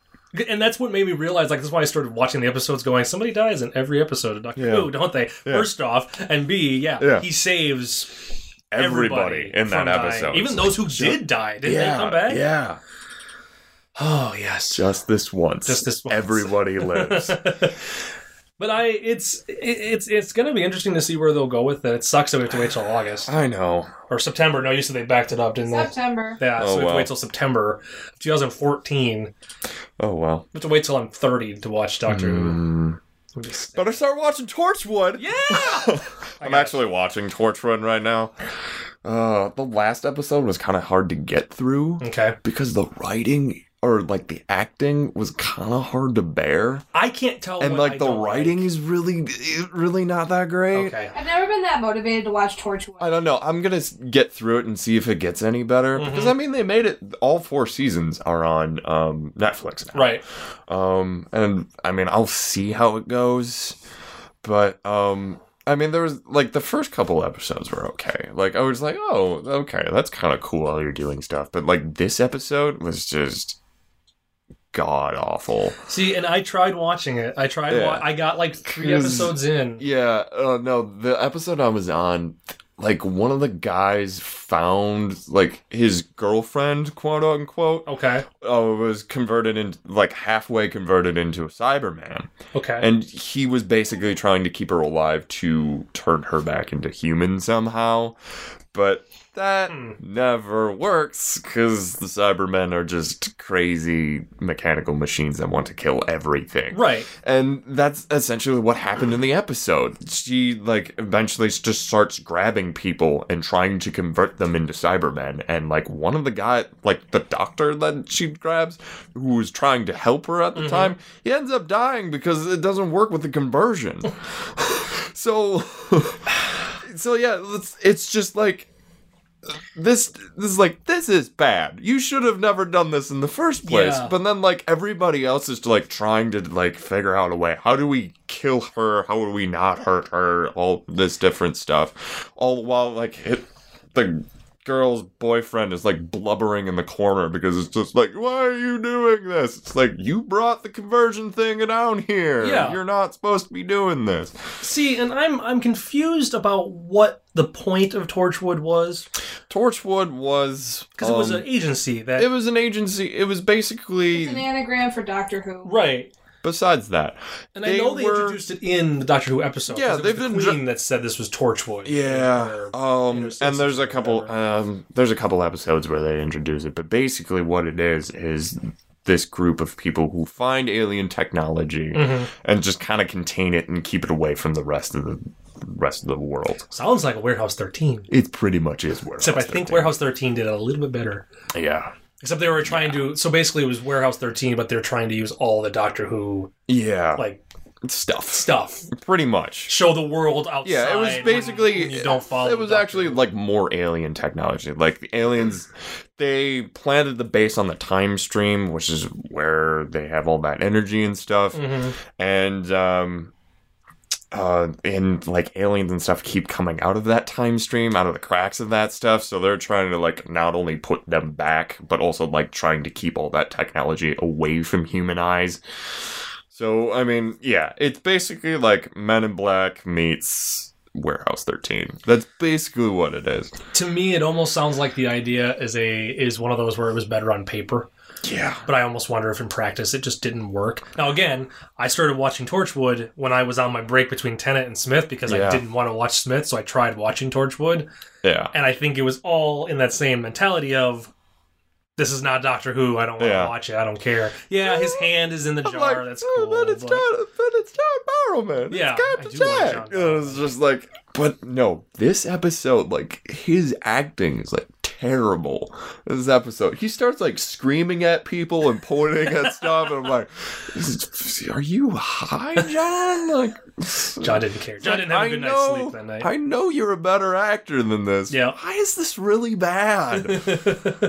C: and that's what made me realize like that's why i started watching the episodes going somebody dies in every episode of doctor
B: Yeah.
C: who don't they
B: Yeah.
C: first off and b yeah,
B: Yeah.
C: he saves
B: Everybody in
C: from
B: that
C: dying.
B: episode.
C: even those who did die didn't
B: yeah,
C: they come back
B: Yeah.
C: oh yes
B: Just this once.
C: Just this once.
B: Everybody lives.
C: but i it's it, it's it's gonna be interesting to see where they'll go with it it sucks that we have to wait till august
B: I know.
C: or september no you said they backed it up didn't they
G: September.
C: yeah, so we
B: Oh,
C: have to
B: wow.
C: wait till September of 2014. We
B: Oh well. Hmm.
C: have to wait till I'm 30 to watch Doctor
B: Mm.
C: Who.
B: Better start watching Torchwood.
C: Yeah!
B: I'm actually watching Torchwood right now. Uh, the last episode was kind of hard to get through
C: Okay.
B: because the writing or like the acting was kind of hard to bear,
C: I can't tell.
B: and
C: what
B: like
C: Oh, I
B: the
C: don't
B: writing is really, really not that great.
C: Okay.
D: I've never been that motivated to watch Torchwood.
B: I don't know. I'm gonna s- get through it and see if it gets any better because I mean they made it. All four seasons are on um, Netflix now,
C: Right.
B: Um, and I mean I'll see how it goes, but um, I mean there was like the first couple episodes were okay. Like I was like, oh, okay, that's kind of cool how you're doing stuff, but like this episode was just god awful.
C: See, and I tried watching it. I tried.
B: Yeah.
C: Wa- I got like three
B: 'Cause-
C: episodes in.
B: Yeah, uh, no, the episode I was on, like one of the guys found like his girlfriend, quote unquote,
C: Okay.
B: uh, was converted in like halfway converted into a Cyberman,
C: Okay.
B: and he was basically trying to keep her alive to turn her back into human somehow, but. That
C: Hmm.
B: never works because the Cybermen are just crazy mechanical machines that want to kill everything.
C: right.
B: And that's essentially what happened in the episode. She like eventually just starts grabbing people and trying to convert them into Cybermen. And like one of the guy, like the doctor that she grabs, who was trying to help her at the time, he ends up dying because it doesn't work with the conversion. so, so yeah, it's, it's just like this this is like this is bad. You should have never done this in the first place.
C: Yeah.
B: But then like everybody else is like trying to like figure out a way. How do we kill her? How do we not hurt her? All this different stuff. All while like it, the girl's boyfriend is like blubbering in the corner because it's just like why are you doing this? It's like you brought the conversion thing down here.
C: Yeah.
B: You're not supposed to be doing this.
C: See, and I'm I'm confused about what the point of Torchwood was
B: Torchwood was
C: because it was
B: um,
C: an agency that.
B: it was an agency. It was basically
G: It's an anagram for Doctor Who.
C: right.
B: Besides that,
C: And I know they introduced it in the Doctor Who episode. 'cause it
B: Yeah,
C: was
B: they've
C: the
B: been
C: Queen that said this was Torchwood.
B: Yeah,
C: Or-
B: um,
C: Innocence
B: and there's
C: or
B: a couple,
C: whatever.
B: um, there's a couple episodes where they introduce it. But basically, what it is is this group of people who find alien technology
C: Mm-hmm.
B: and just kind of contain it and keep it away from the rest of the rest of the world.
C: Sounds like a Warehouse 13.
B: It pretty much is warehouse.
C: Except I think
B: 13.
C: Warehouse 13 did it a little bit better.
B: Yeah,
C: Except they were trying to. So basically, it was Warehouse 13, but they're trying to use all the Doctor Who
B: yeah,
C: like
B: stuff.
C: stuff
B: Pretty much.
C: show the world outside.
B: Yeah, it was
C: when-
B: basically uh,
C: when you don't follow.
B: It was
C: Doctor
B: actually
C: Who.
B: like more alien technology. Like the aliens, they planted the base on the time stream, which is where they have all that energy and stuff.
C: Mm-hmm.
B: And um, uh, and like aliens and stuff keep coming out of that time stream, out of the cracks of that stuff. So they're trying to like not only put them back, but also like trying to keep all that technology away from human eyes. So I mean, yeah, it's basically like Men in Black meets Warehouse 13. That's basically what it is.
C: to me, it almost sounds like the idea is a is one of those where it was better on paper.
B: Yeah.
C: But I almost wonder if in practice it just didn't work. Now again, I started watching Torchwood when I was on my break between Tennant and Smith because I
B: Yeah.
C: didn't want to watch Smith, so I tried watching Torchwood,
B: Yeah.
C: and I think it was all in that same mentality of. This is not Doctor Who. I don't want to
B: Yeah.
C: watch it. I don't care. Yeah, his hand is in the jar. That's cool.
B: but "Oh, it's
C: but-
B: John, but it's John Barrowman.
C: Yeah,
B: it's got
C: I
B: to
C: do like
B: check.
C: John
B: And it was just like, but no, this episode, like his acting is like terrible. This episode, he starts like screaming at people and pointing at stuff, and I'm like, "Is- are you high, John? Like,
C: John didn't care. John didn't have a good
B: I
C: night's
B: know-
C: sleep that night.
B: I know you're a better actor than this.
C: Yeah.
B: Why is this really bad?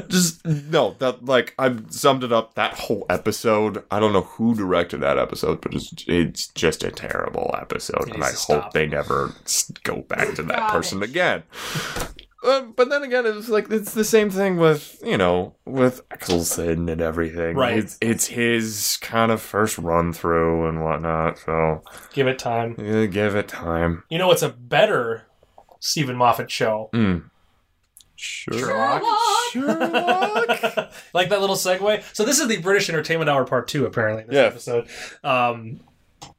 B: Just no, that like I've summed it up that whole episode. I don't know who directed that episode, but it's it's just a terrible episode,
C: It
B: and
C: needs
B: I
C: to
B: hope
C: stop.
B: they never s- go back to that
G: Stop
B: person
G: it.
B: again. Um, but then again, it's like it's the same thing with you know with Axelson and everything.
C: Right.
B: It's it's his kind of first run through and whatnot. So
C: Give it time.
B: yeah, give it time.
C: You know, it's a better Stephen Moffat show.
B: Mm. Sure.
C: like that little segue. So this is the British Entertainment Hour Part Two, apparently. This
B: Yeah.
C: episode. Um,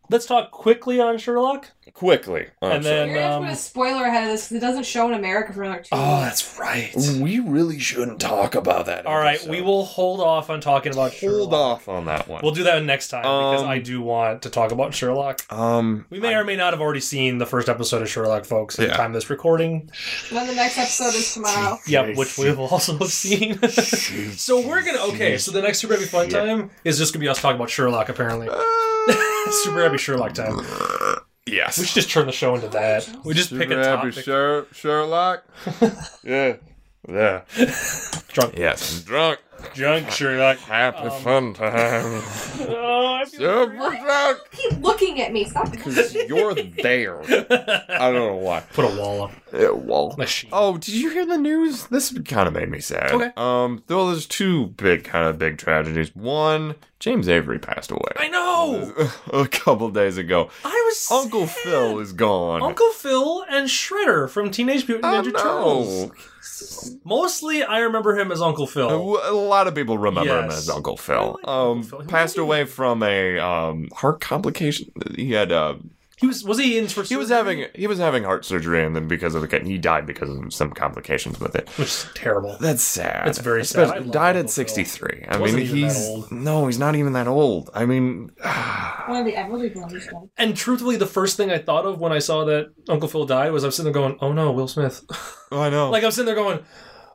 C: let's talk quickly on Sherlock.
B: Quickly. Oh,
C: And um, then-
B: sorry.
G: You're gonna have to put a spoiler ahead of this because it doesn't show in America for another two.
B: Oh,
G: weeks.
C: that's right.
B: we really shouldn't talk about that.
C: All right,
B: episode.
C: we will hold off on talking about Sherlock.
B: hold off on that one.
C: We'll do that next time because
B: Um,
C: I do want to talk about Sherlock.
B: um,
C: We may or may not have already seen the first episode of Sherlock, folks, at the
B: Yeah.
C: time of this recording.
G: And then the next episode is tomorrow.
C: Yep, which we've also seen. so we're gonna okay. So the next Super Happy Fun Time is just gonna be us talking about Sherlock. Apparently, Super Happy Sherlock time.
B: yes.
C: We should just turn the show into that. We just pick a
B: Happy
C: topic.
B: Sher- Sherlock. yeah. Yeah.
C: Drunk, Um,
B: Yes. Drunk.
C: drunk Sherlock.
B: Happy fun time.
C: Oh, I feel-
B: Super drunk.
G: Keep looking at me. Stop.
B: Because you're there. I don't know why.
C: Put a wall up.
B: Yeah, well.
C: A sheet.
B: Oh, did you hear the news? This kind of made me sad.
C: Okay.
B: Um, though there's two big kind of big tragedies. One, James Avery passed away.
C: I know.
B: Oh, a couple days ago.
C: I was
B: Uncle
C: sad.
B: Phil is gone.
C: Uncle Phil and Shredder from Teenage Mutant
B: I
C: Ninja
B: know.
C: Turtles. Mostly, I remember him as Uncle
B: A
C: Phil.
B: w- a lot of people remember him
C: Yes.
B: as Uncle
C: I
B: Phil.
C: like Uncle
B: Um,
C: Phil. He
B: passed
C: was-
B: away from a um heart complication. He had uh,
C: He was was he in for?
B: he was
C: surgery?
B: having he was having heart surgery, and then because of the he died because of some complications with it.
C: which is terrible.
B: That's sad.
C: That's very sad.
B: Especially-
C: I love
B: died
C: Uncle
B: at
C: Phil.
B: 63. I
C: Wasn't
B: mean,
C: even that
B: he's
C: old.
B: no, he's not even that old. I mean,
G: One of the Everly brothers. though.
C: And truthfully, the first thing I thought of when I saw that Uncle Phil died was I'm sitting there going, "Oh no, Will Smith!"
B: I know.
C: like I'm sitting there going,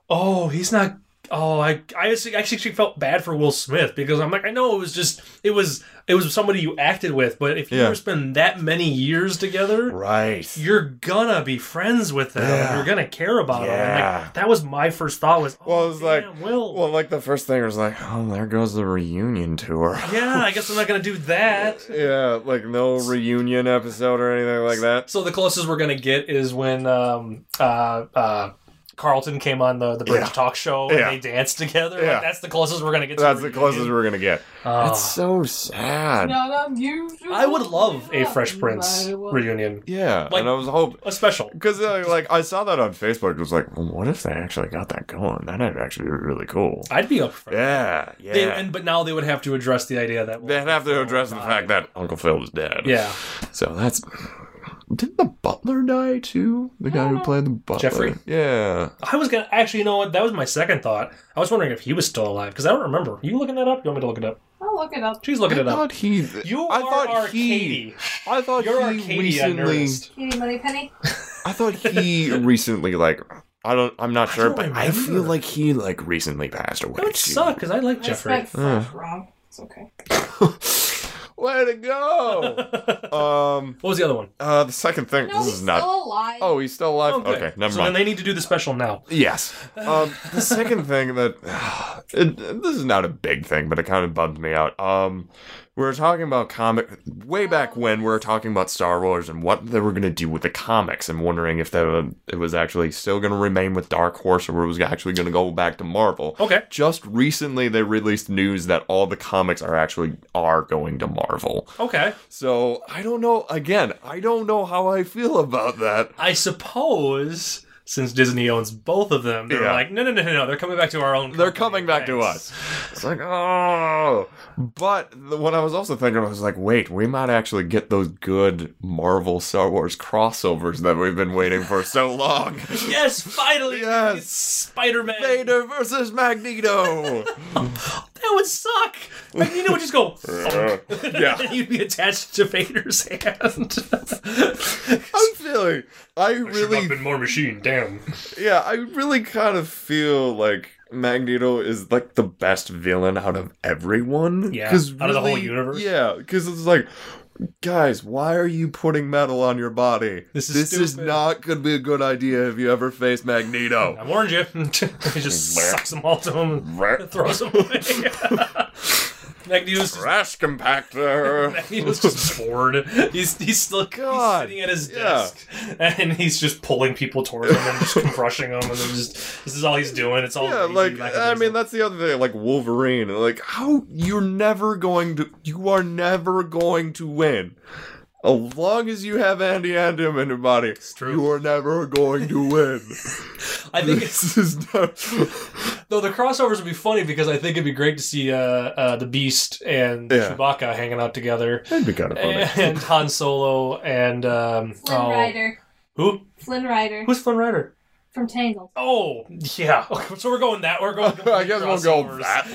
C: "Oh, he's not." Oh, I I just- actually actually felt bad for Will Smith because I'm like, I know it was just it was it was somebody you acted with, but if you
B: Yeah.
C: ever spend that many years together,
B: right.
C: you're gonna be friends with them.
B: Yeah.
C: You're gonna care about them. And,
B: Yeah.
C: Like, that was my first thought was, oh,
B: Well, I was like,
C: damn, Will.
B: Well, like the first thing was like, oh, there goes the reunion tour.
C: yeah, I guess I'm not gonna do that.
B: yeah, like no reunion episode or anything like that.
C: So the closest we're gonna get is when um, uh, uh, Carlton came on the the Bridge
B: Yeah.
C: Talk Show and
B: Yeah.
C: they danced together. Like,
B: Yeah.
C: that's the closest we're gonna get. To
B: That's
C: a
B: the closest
C: reunion.
B: we're gonna get.
C: Uh,
B: It's so sad.
G: Not unusual.
C: I would love a Fresh
G: Not
C: Prince
G: unusual.
C: reunion,
B: Yeah,
C: Like-
B: and I was hoping
C: a special.
B: because uh, like I saw that on Facebook. It was like, well, what if they actually got that going? That'd actually be really cool.
C: I'd be up for that.
B: Yeah, yeah.
C: They, and but now they would have to address the idea that
B: They'd have to address the fact that Uncle Phil is dead.
C: yeah,
B: So that's. Didn't the butler die too? The guy who played the butler.
C: Oh. Jeffrey?
B: Yeah.
C: I was gonna actually. You know what? That was my second thought. I was wondering if he was still alive because I don't remember. You looking that up? You want me to look it up?
G: I'll look it up.
C: She's looking
B: I
C: it up.
B: thought he.
C: You
B: I
C: are
B: thought
C: our
B: he,
C: Katie.
B: I thought
C: You're our
B: he
C: Katie on
B: recently.
C: Nerdist.
G: Kitty Money Penny.
B: I thought he recently like. I don't. I'm not sure,
C: don't
B: but I
C: remember.
B: feel like he like recently passed away.
C: That would
B: too.
C: suck because I like
G: I
C: Jeffrey.
G: spelled
B: Mm.
G: French wrong. It's okay.
B: Way to go.
C: what
B: um.
C: was the other one?
B: Uh. The second thing.
G: No,
B: this
G: he's
B: is not.
G: still alive.
B: Oh, he's still alive. Okay. never
C: so
B: mind.
C: then they need to do the special now.
B: Yes. Um, the second thing that it, this is not a big thing, but it kind of bummed me out. Um, we were talking about comic way back when we were talking about Star Wars and what they were going to do with the comics, and wondering if they were, it was actually still going to remain with Dark Horse or it was actually going to go back to Marvel.
C: Okay.
B: Just recently, they released news that all the comics are actually are going to Marvel.
C: Okay.
B: So I don't know. Again, I don't know how I feel about that.
C: I suppose since Disney owns both of them, they're
B: Yeah.
C: like, no, no, no, no, no. They're coming back to our own.
B: They're
C: company.
B: coming back to
C: Thanks.
B: us. It's like, oh. But the, what I was also thinking, I was like, wait, we might actually get those good Marvel Star Wars crossovers that we've been waiting for so long.
C: Yes, finally.
B: Yes.
C: Spider Man.
B: Vader versus Magneto.
C: That would suck. Magneto would just go. "Thunk."
B: yeah.
C: You'd be attached to Vader's hand.
B: I'm feeling. I
C: Should've
B: really,
C: been more machine. Damn.
B: yeah, I really kind of feel like Magneto is like the best villain out of everyone.
C: Yeah,
B: 'Cause
C: out of the whole universe.
B: Yeah, because it's like guys, why are you putting metal on your body?
C: This is stupid."
B: not going to be a good idea if you ever face Magneto.
C: I warned you. he just sucks them all to him and throws them away. Magneto's just,
B: Trash compactor.
C: Magneto's just bored. He's, he's still
B: God,
C: he's sitting at his
B: yeah.
C: desk and he's just pulling people towards him and just crushing them. And then just this is all he's doing. It's all
B: Yeah,
C: lazy
B: like
C: back
B: I
C: and
B: mean,
C: forth.
B: that's the other thing. Like Wolverine, like how you're never going to, you are never going to win. As long as you have adamantium in your body,
C: true.
B: you are never going to win.
C: I think it's
B: this is not.
C: Though the crossovers would be funny because I think it'd be great to see uh, uh, the Beast and
B: Yeah.
C: Chewbacca hanging out together,
B: That'd be kind of funny.
C: and Han Solo and um,
D: Flynn
C: oh,
D: Rider.
C: who?
D: Flynn Rider
C: Who's Flynn Rider?
D: from Tangled.
C: Oh yeah, so we're going that we're going.
B: I guess we'll go
C: crossovers.
B: that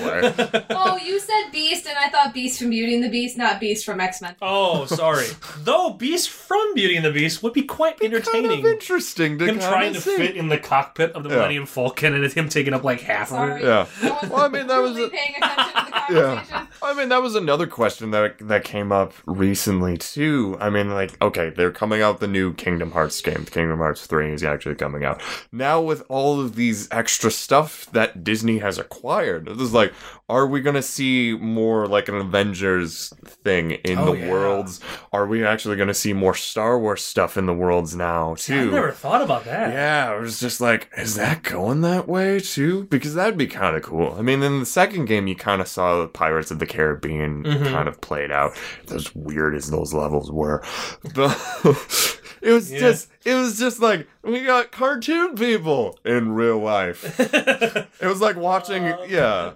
B: way.
D: oh, you said Beast, and I thought Beast from Beauty and the Beast, not Beast from X Men.
C: Oh, sorry. Though Beast from Beauty and the Beast would be quite entertaining.
B: Kind of interesting to
C: him
B: kinda
C: trying to
B: see.
C: fit in the cockpit of the
B: Yeah.
C: Millennium Falcon and him taking up like half of
D: Sorry.
C: it.
B: Yeah.
D: wasn't
B: Well, I mean, that was
D: truly
B: a-
D: paying attention to the
B: Yeah.
D: conversation.
B: I mean, that was another question that that came up recently too. I mean, like, okay, they're coming out the new Kingdom Hearts game. Kingdom Hearts three is actually coming out now with all of these extra stuff that Disney has acquired. This is like, are we gonna see more like an Avengers thing in
C: Oh,
B: the
C: yeah.
B: worlds? Are we actually gonna see more Star Wars stuff in the worlds now
C: I
B: too?
C: never thought about that.
B: Yeah, it was just like, is that going that way too? Because that'd be kind of cool. I mean, in the second game, you kind of saw the Pirates of the Caribbean
C: Mhm.
B: kind of played out. As weird as those levels were, but it was
C: Yeah.
B: just, it was just like we got cartoon people in real life. it was like watching, yeah,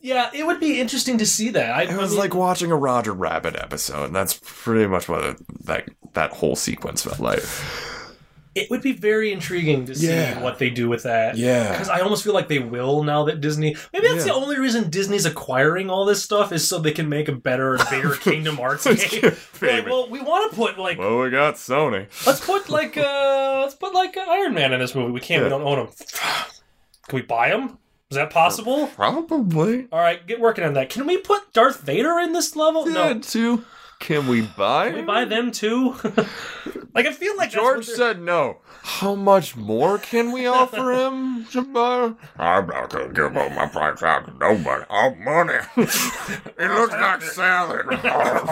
C: Yeah, it would be interesting to see that. I,
B: it
C: I
B: was
C: mean-
B: like watching a Roger Rabbit episode. And that's pretty much what it- that that whole sequence felt like.
C: it would be very intriguing to see
B: Yeah.
C: what they do with that.
B: Yeah.
C: Because I almost feel like they will now that Disney. Maybe that's
B: Yeah.
C: the only reason Disney's acquiring all this stuff is so they can make a better and bigger Kingdom Hearts game. They're like,
B: Baby.
C: well, we want to put like
B: Well, we got Sony.
C: let's put like uh let's put like uh, Iron Man in this movie. We can't. We
B: Yeah.
C: don't own him. Can we buy him? Is that possible?
B: Probably.
C: All right, get working on that. Can we put Darth Vader in this level?
B: Yeah,
C: Oh, No.
B: too. Can we buy?
C: Can we buy them too? like I feel like that's
B: George
C: what they're-
B: said no. How much more can we offer him to buy? I'm not gonna give up my price out to nobody. All money. it looks like salad. I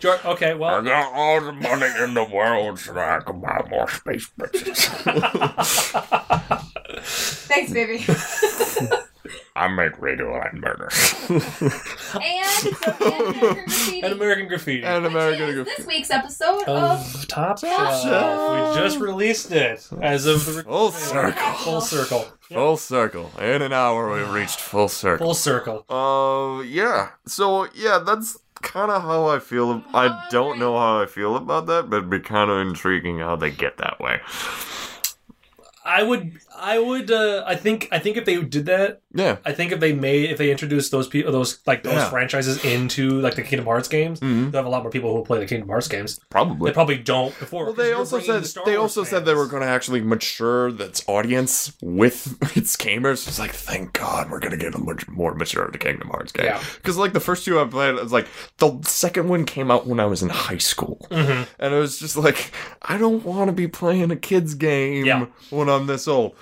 C: Geor- okay, well,
B: got all the money in the world so I can buy more space bitches.
D: Thanks, baby.
B: I make Radiohead murder.
D: and the
C: an
D: American
C: American Graffiti.
B: and America.
D: Graffiti, which is this week's episode
C: Oh.
D: of
C: of Top Shelf.
B: Shelf.
C: We just released it as of the
B: Full circle.
C: full circle.
B: Full circle. In an hour, we've reached full circle.
C: Full circle.
B: Uh, yeah. So yeah, that's kind of how I feel. I don't know how I feel about that, but it'd be kind of intriguing how they get that way.
C: I would I would uh, I think I think if they did that,
B: Yeah.
C: I think if they made if they introduced those people those like those
B: Yeah.
C: franchises into like the Kingdom Hearts games,
B: Mhm.
C: they'll have a lot more people who will play the Kingdom Hearts games. They
B: Probably.
C: probably don't before.
B: Well,
C: 'cause
B: they
C: you're
B: also
C: bringing in
B: said
C: the Star
B: they
C: Wars
B: also said they
C: fans.
B: were going to actually mature its audience with its gamers. It's like, thank God, we're going to get a much more mature the Kingdom Hearts game.
C: Yeah.
B: Because like the first two I played, it was like the second one came out when I was in high school,
C: Mm-hmm.
B: and it was just like, I don't want to be playing a kids game
C: Yeah.
B: when I'm this old.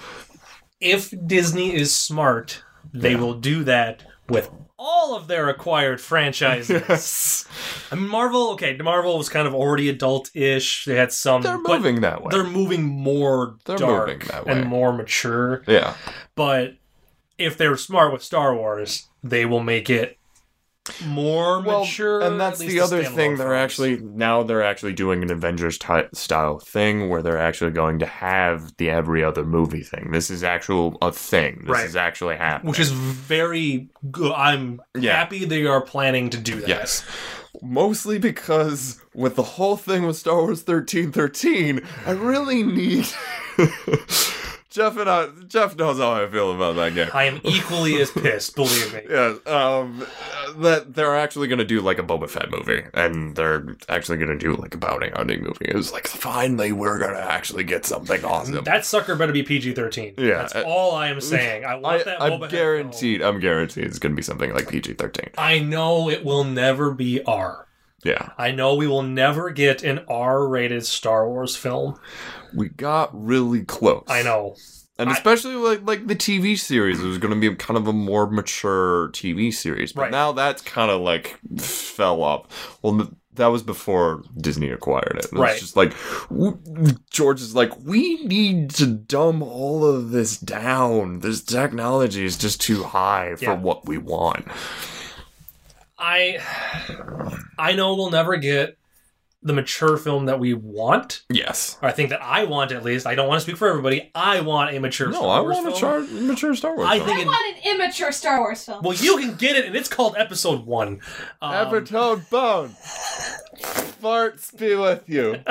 C: if Disney is smart, they will do that with all of their acquired franchises. I mean, Marvel, okay, Marvel was kind of already adult-ish. They had some
B: They're
C: but
B: moving that way.
C: They're moving more
B: They're
C: dark
B: moving that way.
C: and more mature.
B: Yeah.
C: But if they're smart with Star Wars, they will make it more mature.
B: and that's
C: at least
B: the other
C: standalone
B: thing. They're
C: films.
B: actually now they're actually doing an Avengers ty- style thing where they're actually going to have the every other movie thing. This is actual a thing. This
C: Right.
B: is actually happening.
C: which is very good. I'm
B: Yeah.
C: happy they are planning to do that.
B: Yes. Mostly because with the whole thing with Star Wars thirteen thirteen, I really need Jeff and I. Jeff knows how I feel about that game.
C: I am equally as pissed. Believe me.
B: Yeah, um, that they're actually gonna do like a Boba Fett movie, and they're actually gonna do like a bounty hunting movie. It was like finally we're gonna actually get something awesome.
C: That sucker better be PG thirteen.
B: Yeah,
C: that's
B: I-
C: all I am saying. I want
B: I,
C: that.
B: I'm
C: Boba Fett
B: guaranteed. I'm guaranteed it's gonna be something like PG thirteen.
C: film. I know it will never be R.
B: Yeah.
C: I know we will never get an R-rated Star Wars film.
B: We got really close.
C: I know.
B: And
C: I-
B: especially like like the TV series, it was going to be kind of a more mature TV series, but
C: Right.
B: now that's kind of like fell up. Well, th- that was before Disney acquired it. It's
C: Right.
B: just like w- George is like, we need to dumb all of this down. This technology is just too high for
C: Yeah.
B: what we want.
C: I I know we'll never get the mature film that we want,
B: Yes.
C: or I think that I want at least. I don't want to speak for everybody. I want a mature.
B: No,
C: Star
B: I
C: Wars
B: want a
C: film.
B: char- mature Star Wars.
C: I
B: film.
C: think
D: I want an immature Star Wars film.
C: Well, you can get it, and it's called Episode One. Um,
B: Evertone Bone. Farts be with you.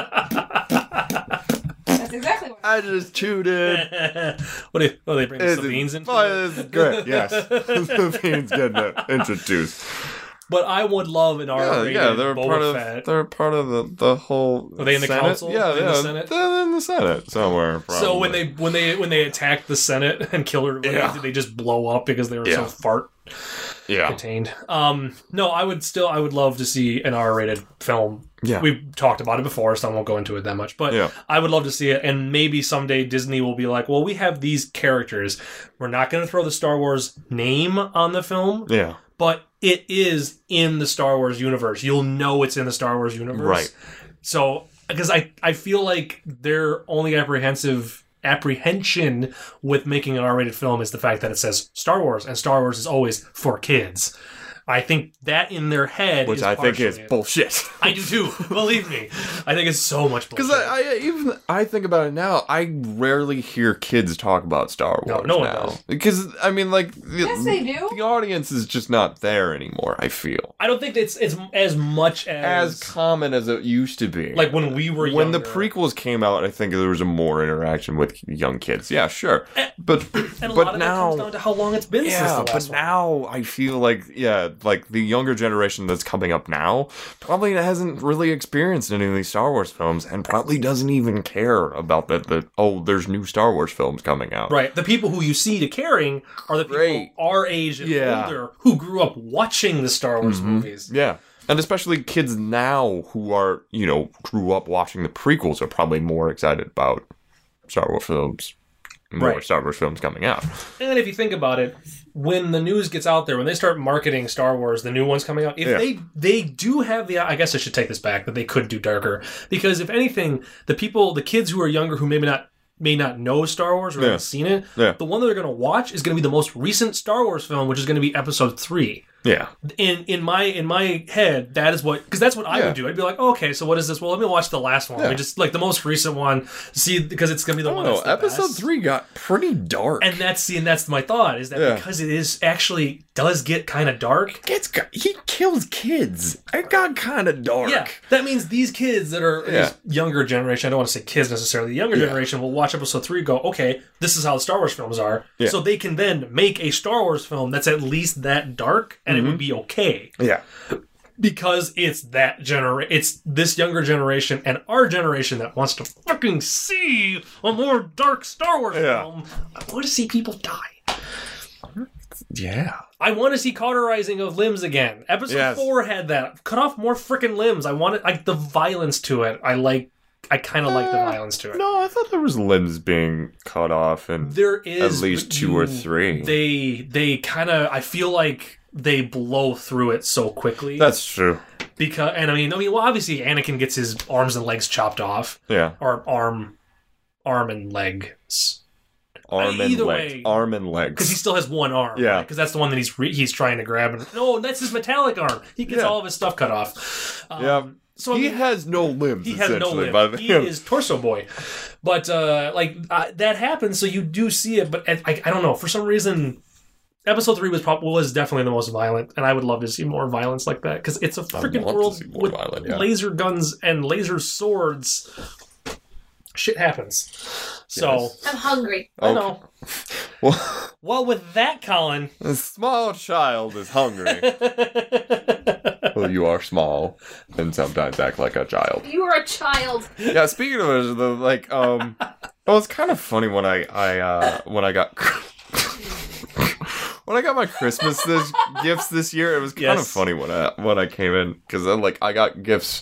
D: That's exactly what.
B: I just tooted.
C: what do what do they bring?
B: It's-
C: Sylveans into
B: Oh,
C: it?
B: this is great. Yes. Sylveans getting introduced.
C: But I would love an
B: Yeah,
C: R-rated
B: yeah, they're
C: Boba
B: part of
C: Fett.
B: they're part of the, the whole
C: Are they in the
B: Senate?
C: council?
B: Yeah,
C: They're in the
B: yeah.
C: Senate?
B: They're in the Senate somewhere. Probably.
C: So when they when they when they attacked the Senate and killed everybody,
B: Yeah.
C: did they just blow up because they were so
B: Yeah.
C: fart
B: Yeah.
C: contained? Um, no, I would still I would love to see an R-rated film.
B: Yeah.
C: We've talked about it before, so I won't go into it that much. But
B: Yeah.
C: I would love to see it, and maybe someday Disney will be like, "Well, we have these characters. We're not going to throw the Star Wars name on the film,
B: Yeah.
C: but it is in the Star Wars universe. You'll know it's in the Star Wars universe.
B: Right.
C: So, because I, I feel like their only apprehensive apprehension with making an R-rated film is the fact that it says Star Wars, and Star Wars is always for kids. I think that in their head,
B: Which
C: is
B: I think is
C: partially it.
B: bullshit.
C: I do too. Believe me, I think it's so much bullshit.
B: Because I, I even I think about it now, I rarely hear kids talk about Star
C: No,
B: Wars
C: no one
B: now.
C: does.
B: Because I mean, like,
D: Yes, they do.
B: the audience is just not there anymore. I feel
C: I don't think it's it's as much as,
B: as common as it used to be.
C: like when we were
B: when the
C: younger.
B: prequels came out, I think there was a more interaction with young kids. Yeah, sure,
C: Eh,
B: but
C: and a
B: but
C: lot of
B: now.
C: that comes down to how long it's been since
B: yeah,
C: the
B: but
C: last one.
B: now I feel like yeah, like the younger generation that's coming up now probably hasn't really experienced any of these Star Wars films and probably doesn't even care about that. The oh, there's new Star Wars films coming out.
C: Right. The people who you see to caring are the people
B: Great.
C: our age and
B: Yeah. Mm-hmm.
C: older who grew up watching the Star Wars movies.
B: Yeah. And especially kids now who are, you know, grew up watching the prequels are probably more excited about Star Wars films. More
C: Right.
B: Star Wars films coming out.
C: And if you think about it, when the news gets out there, when they start marketing Star Wars, the new ones coming out, if
B: Yeah.
C: they they do have the I guess I should take this back, that they could do darker. Because if anything, the people the kids who are younger who maybe not may not know Star Wars or
B: Yeah.
C: haven't seen it,
B: Yeah.
C: the one that they're gonna watch is gonna be the most recent Star Wars film, which is gonna be episode three.
B: Yeah.
C: in in my in my head that is what because that's what I
B: Yeah.
C: would do. I'd be like, okay, so what is this? Well, let me watch the last one. Let me
B: Yeah.
C: just like the most recent one. See, because it's gonna be the
B: I don't
C: one.
B: know.
C: that's the
B: Episode
C: best.
B: three got pretty dark.
C: And that's see, and that's my thought is that
B: Yeah.
C: because it is actually does get kind of dark.
B: gets got, he kills kids. It got kind of dark.
C: Yeah, that means these kids that are
B: Yeah.
C: these younger generation. I don't want to say kids necessarily. The younger generation will watch episode three. and Go, okay, this is how the Star Wars films are.
B: Yeah.
C: So they can then make a Star Wars film that's at least that dark, and
B: Mm-hmm.
C: it would be okay.
B: Yeah.
C: because it's that gener it's this younger generation and our generation that wants to fucking see a more dark Star Wars
B: Yeah.
C: film. I want to see people die.
B: Yeah.
C: I want to see cauterizing of limbs again. Episode
B: Yes.
C: four had that. Cut off more freaking limbs. I wanted like the violence to it. I like. I kind of like the
B: Uh,
C: violence to it.
B: No, I thought there was limbs being cut off and
C: There is
B: at least
C: but
B: two or
C: you-
B: three.
C: They they kind of. I feel like they blow through it so quickly.
B: That's true.
C: because and I mean I mean well obviously Anakin gets his arms and legs chopped off.
B: Yeah.
C: or arm, arm and legs,
B: Arm and
C: either
B: legs.
C: way-
B: Arm and
C: because he
B: legs.
C: still has one arm.
B: Yeah.
C: because that's the one that he's re- he's trying to grab. And no, that's his metallic arm. He gets
B: Yeah.
C: all of his stuff cut off. Um,
B: Yeah.
C: so I
B: he
C: mean,
B: has no limbs.
C: he has no
B: essentially,
C: limb.
B: by the
C: He is torso boy, but uh, like uh, that happens, so you do see it. But I, I, I don't know for some reason. Episode three was probably was definitely the most violent, and I would love to see more violence like that because it's a freaking
B: love to
C: world
B: see more
C: with
B: violent, yeah.
C: laser guns and laser swords. Shit happens. So
B: Yes.
D: I'm hungry.
C: I
B: Okay.
C: know.
B: Well,
C: Well, with that, Colin.
B: A small child is hungry. well, you are small and sometimes act like a child.
D: You are a child.
B: Yeah, speaking of it, the like um it was kind of funny when I I uh when I got when I got my Christmas this, gifts this year, it was kind of
C: Yes.
B: funny when I when I came in because then like I got gifts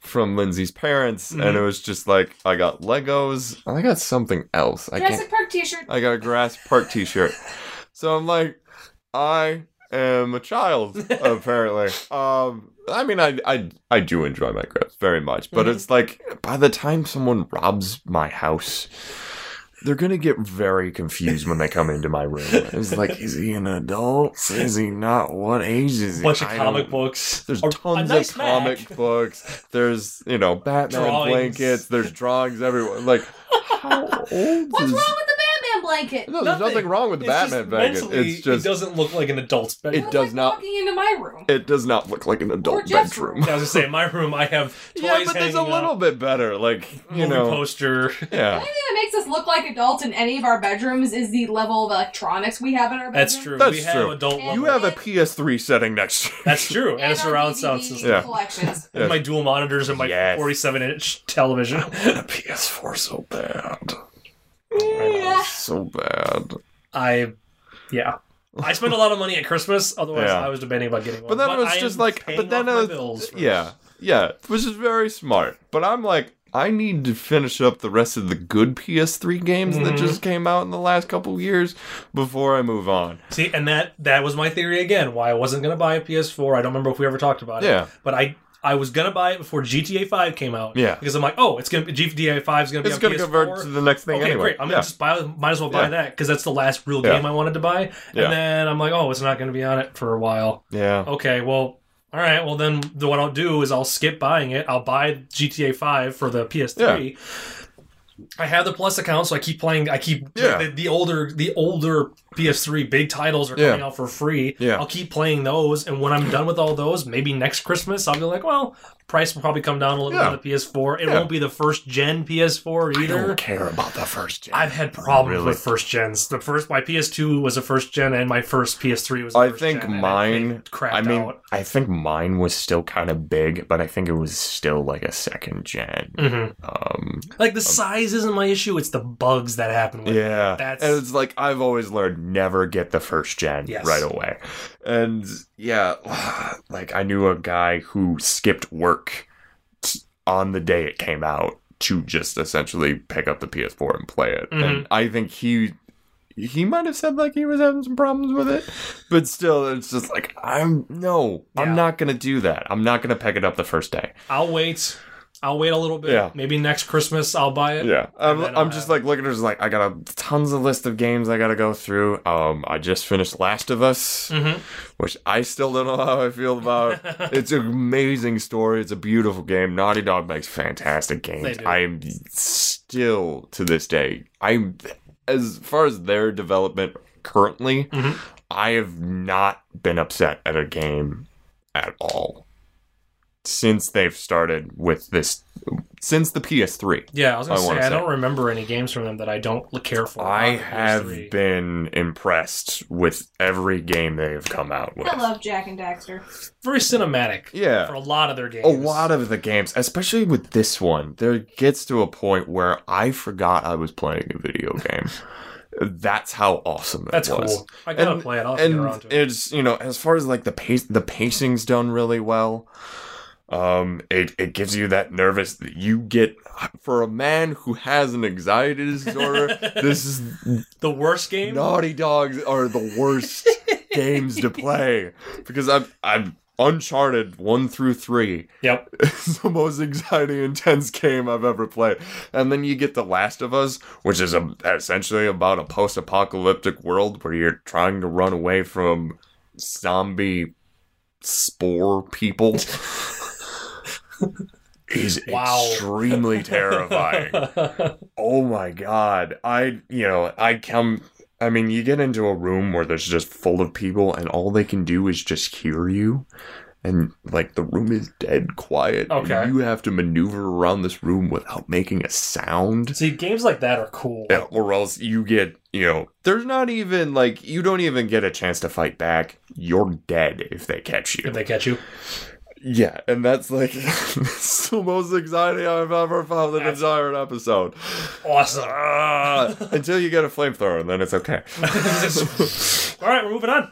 B: from Lindsay's parents, and it was just like I got Legos and I got something else. I can't.
D: Jurassic Park T-shirt.
B: I got a Grass Park T-shirt. So I'm like, I am a child apparently. Um, I mean, I I I do enjoy my gifts very much, but
C: Mm-hmm.
B: it's like by the time someone robs my house. They're gonna get very confused when they come into my room. It's like, is he an adult? Is he not? What age is he?
C: bunch of
B: I
C: comic
B: don't-
C: books.
B: There's
C: A- a
B: tons
C: nice
B: of comic
C: Mac.
B: books. There's you know Batman
C: Drawings.
B: blankets. There's drawings everywhere. Like, how old
D: What's
B: is
D: wrong with the Batman blanket?
B: no, there's nothing wrong with the
C: It's just
B: Batman blanket.
C: mentally,
B: it's just
C: it
B: it,
C: doesn't look like an adult's bed.
B: It- does
D: like
B: not-
D: walking into my room.
B: does not look like an
D: Or
B: adult
D: Jeff's
B: bedroom.
D: room.
C: I was gonna say, in my room, I have toys
B: Yeah, but there's
C: hanging
B: a
C: up,
B: little bit better. Like
C: movie
B: you know,
C: poster.
B: yeah,
D: The thing that makes us look like adults in any of our bedrooms is the level of electronics we have in our bedroom.
C: That's true.
B: That's
C: we have
B: true.
C: adult.
D: You
C: level.
B: you have a PS3 setting next. to
C: That's true. And,
D: And
C: a
D: our
C: surround sound
D: DVD
C: system.
B: Yeah.
D: Collections.
B: Yes.
C: My dual monitors and my
B: Yes.
C: 47 inch television.
B: you. PS4 so bad,
D: Yeah.
B: so bad.
C: I, yeah. I spent a lot of money at Christmas. Otherwise,
B: Yeah.
C: I was debating about getting one.
B: But then it was
C: I am
B: just like,
C: paying
B: but then
C: off my
B: it was,
C: bills first.
B: yeah, yeah, which is very smart. But I'm like, I need to finish up the rest of the good PS3 games
C: Mm-hmm.
B: that just came out in the last couple years before I move on.
C: See, and that that was my theory again. Why I wasn't gonna buy a PS4. I don't remember if we ever talked about it.
B: Yeah.
C: But I I was gonna buy it before GTA Five came out.
B: Yeah.
C: Because I'm like, oh, it's gonna be GTA Five is gonna be
B: It's
C: on
B: going to
C: PS4.
B: convert to the next thing
C: okay,
B: anyway.
C: great. I'm
B: yeah.
C: gonna just buy. Might as well buy
B: Yeah.
C: that because that's the last real
B: Yeah.
C: game I wanted to buy. And
B: Yeah.
C: then I'm like, oh, it's not gonna be on it for a while.
B: yeah.
C: Okay, well. All right. Well, then the, what I'll do is I'll skip buying it. I'll buy GTA Five for the PS3. I have the Plus account, so I keep playing. I keep
B: Yeah.
C: the, the older the older PS3 big titles are
B: Yeah.
C: coming out for free.
B: Yeah.
C: I'll keep playing those, and when I'm done with all those, maybe next Christmas, I'll be like, well, price will probably come down a little bit
B: Yeah.
C: on the PS4. It
B: Yeah.
C: won't be the first gen PS4 either.
B: care about Oh, the first gen.
C: I've had problems
B: Really?
C: with first gens. The first my PS2 was a first gen, and my first PS3 was. A
B: I
C: first
B: think
C: gen, and
B: mine.
C: it crapped
B: I mean,
C: out.
B: I think mine was still kind of big, but I think it was still like a second general
C: Mhm.
B: Um,
C: like the size isn't my issue; it's the bugs that happen with it.
B: yeah,
C: that's-
B: and it's like I've always learned never get the first gen
C: Yes.
B: right away, and yeah, like I knew a guy who skipped work t- on the day it came out to just essentially pick up the PS4 and play it,
C: Mm-hmm.
B: and I think he he might have said like he was having some problems with it, but still, it's just like I'm no,
C: Yeah.
B: I'm not gonna do that. I'm not gonna pick it up the first day.
C: I'll wait. I'll wait a little bit.
B: Yeah.
C: Maybe next Christmas I'll buy it.
B: Yeah, I'm,
C: then uh, I'll
B: I'm
C: have-
B: just like looking at it, just like I got a tons of list of games I got to go through. Um, I just finished Last of Us,
C: Mhm.
B: which I still don't know how I feel about. it's an amazing story. It's a beautiful game. Naughty Dog makes fantastic
C: They
B: games.
C: do.
B: I'm still to this day. I'm as far as their development currently,
C: Mhm.
B: I have not been upset at a game at all since they've started with this since the PS3.
C: Yeah, I was gonna
B: I
C: say
B: wanna
C: I
B: say.
C: don't remember any games from them that I don't l- care for.
B: I
C: Not the
B: have
C: PS3.
B: been impressed with every game they have come out with.
D: I love Jack and Daxter.
C: very cinematic.
B: Yeah.
C: for a lot of their games.
B: A lot of the games, especially with this one, there gets to a point where I forgot I was playing a video game. That's how awesome it
C: That's
B: was.
C: cool. I gotta
B: And-
C: play it. I'll get around
B: and
C: to it.
B: it's you know as far as like the pace the pacing's done really well um it, it gives you that nervous that you get for a man who has an anxiety disorder this is
C: The worst game.
B: naughty dogs are the worst games to play because i'm i'm uncharted 1 through 3
C: Yep.
B: it's the most anxiety intense game I've ever played. And then you get The Last of Us, which is a, essentially about a post apocalyptic world where you're trying to run away from zombie spore people. Is
C: Wow.
B: extremely terrifying. oh my god. I, you know, I come. I mean, you get into a room where there's just full of people, and all they can do is just hear you and like the room is dead quiet. and
C: Okay.
B: you have to maneuver around this room without making a sound.
C: See, games like that are cool.
B: Yeah, or else you get, you know, there's not even like you don't even get a chance to fight back. You're dead if they catch you.
C: If they catch you,
B: Yeah, and that's like it's the most anxiety I've ever felt in an entire episode.
C: Awesome.
B: Ah, until you get a flamethrower, and then it's okay.
C: All right, we're moving on.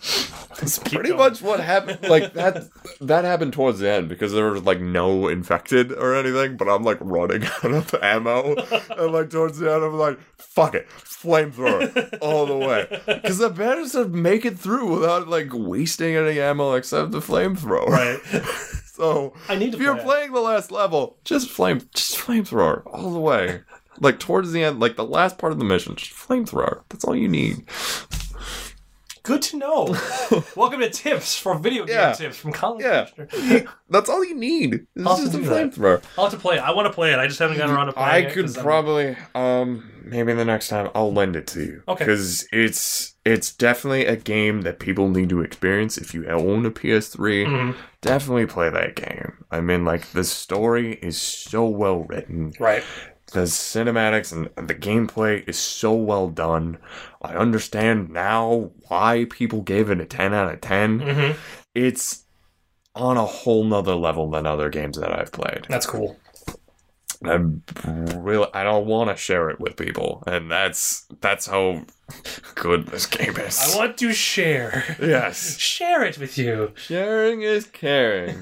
B: That's pretty much what happened. Like that that happened towards the end because there was like no infected or anything. But I'm like running out of ammo, and like towards the end, I'm like, fuck it, flamethrower all the way. Because the managed to make it through without like wasting any ammo except the flamethrower.
C: Right.
B: So
C: I need to
B: if you're
C: play it.
B: playing the last level, just flame, just flamethrower all the way. Like towards the end, like the last part of the mission, just flamethrower. That's all you need.
C: Good to know. Welcome to tips for video game
B: Yeah.
C: tips from Colin.
B: Yeah.
C: Kushner.
B: That's all you need. It's
C: I'll
B: just a
C: do that.
B: flamethrower.
C: I'll have to play it. I want to play it. I just haven't gotten around to
B: I
C: playing it.
B: could
C: 'cause I'm-
B: probably, um, maybe the next time I'll lend it to you.
C: Okay.
B: Because it's it's definitely a game that people need to experience. If you own a PS3,
C: Mhm.
B: definitely play that game. I mean, like the story is so well written.
C: Right.
B: the cinematics and the gameplay is so well done. I understand now why people gave it a 10 out of 10.
C: Mhm.
B: It's on a whole nother level than other games that I've played.
C: That's cool.
B: I'm really I don't want to share it with people, and that's that's how good this game is.
C: I want to share.
B: yes,
C: Share it with you.
B: sharing is caring.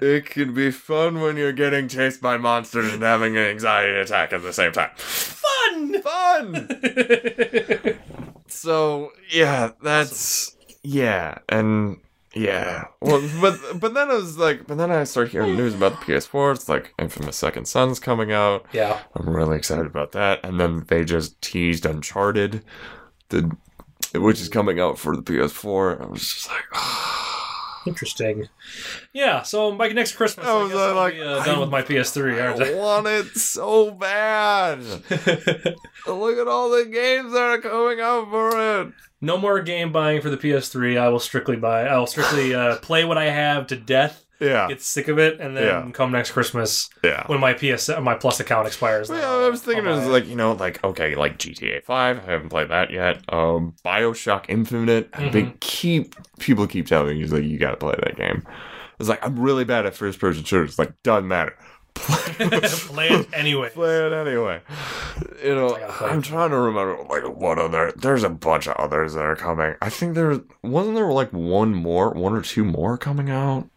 B: it can be fun when you're getting chased by monsters and having an anxiety attack at the same time.
C: Fun.
B: Fun. So yeah, that's yeah, and yeah. Well, but but then I was like, but then I start hearing news about the PS4. It's like Infamous Second Son's coming out.
C: yeah.
B: I'm really excited about that. And then they just teased Uncharted, the which is coming out for the PS4. I was just like,
C: Interesting. Yeah. So by next Christmas,
B: I
C: I
B: was,
C: guess
B: uh,
C: I'll
B: like,
C: be, uh, done
B: I-
C: with my PS3.
B: I
C: aren't
B: want it so bad.
C: I?
B: Look at all the games that are coming out for it.
C: no more game buying for the PS3. I will strictly buy. I will strictly uh, play what I have to death.
B: Yeah,
C: Get sick of it, and then
B: Yeah.
C: come next Christmas
B: yeah.
C: when my PS my Plus account expires. then
B: Yeah, I was thinking it
C: I'll
B: was
C: buy
B: like you know like okay like GTA Five. I haven't played that yet. Um, Bioshock Infinite. They keep people keep telling me like you gotta play that game. It's like I'm really bad at first person shooters. Like doesn't matter.
C: play it anyway.
B: Play it anyway. You know,
C: gotta play
B: I'm
C: it.
B: trying to remember like what other. There's a bunch of others that are coming. I think there wasn't there like one more, one or two more coming out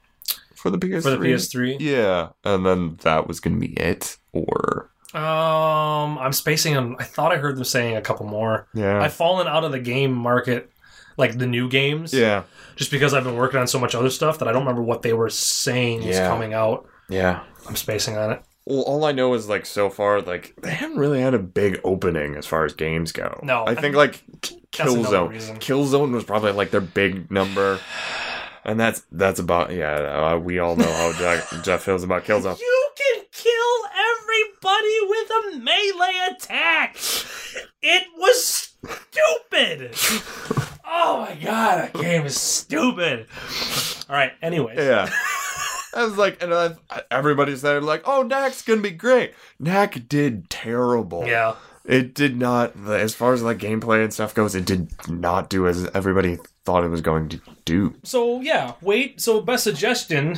B: for the PS3.
C: For the PS3,
B: Yeah, and then that was gonna be it. Or
C: um, I'm spacing on. I thought I heard them saying a couple more.
B: yeah,
C: I've fallen out of the game market, like the new games,
B: yeah.
C: just because I've been working on so much other stuff that I don't remember what they were saying was
B: Yeah.
C: coming out.
B: Yeah.
C: I'm spacing on it.
B: Well, all I know is like so far, like they haven't really had a big opening as far as games go.
C: No.
B: I think like K-
C: That's another
B: Killzone.
C: reason.
B: Killzone was probably like their big number, and that's that's about yeah. Uh, we all know how Jack, Jeff feels about Killzone.
C: You can kill everybody with a melee attack. It was stupid. oh my god, that game is stupid. All right. Anyways.
B: Yeah. I was like, and I, everybody said like, "Oh, Knack's gonna be great." Knack did terrible.
C: Yeah.
B: It did not, as far as like gameplay and stuff goes, it did not do as everybody thought it was going to do.
C: So yeah, wait. So best suggestion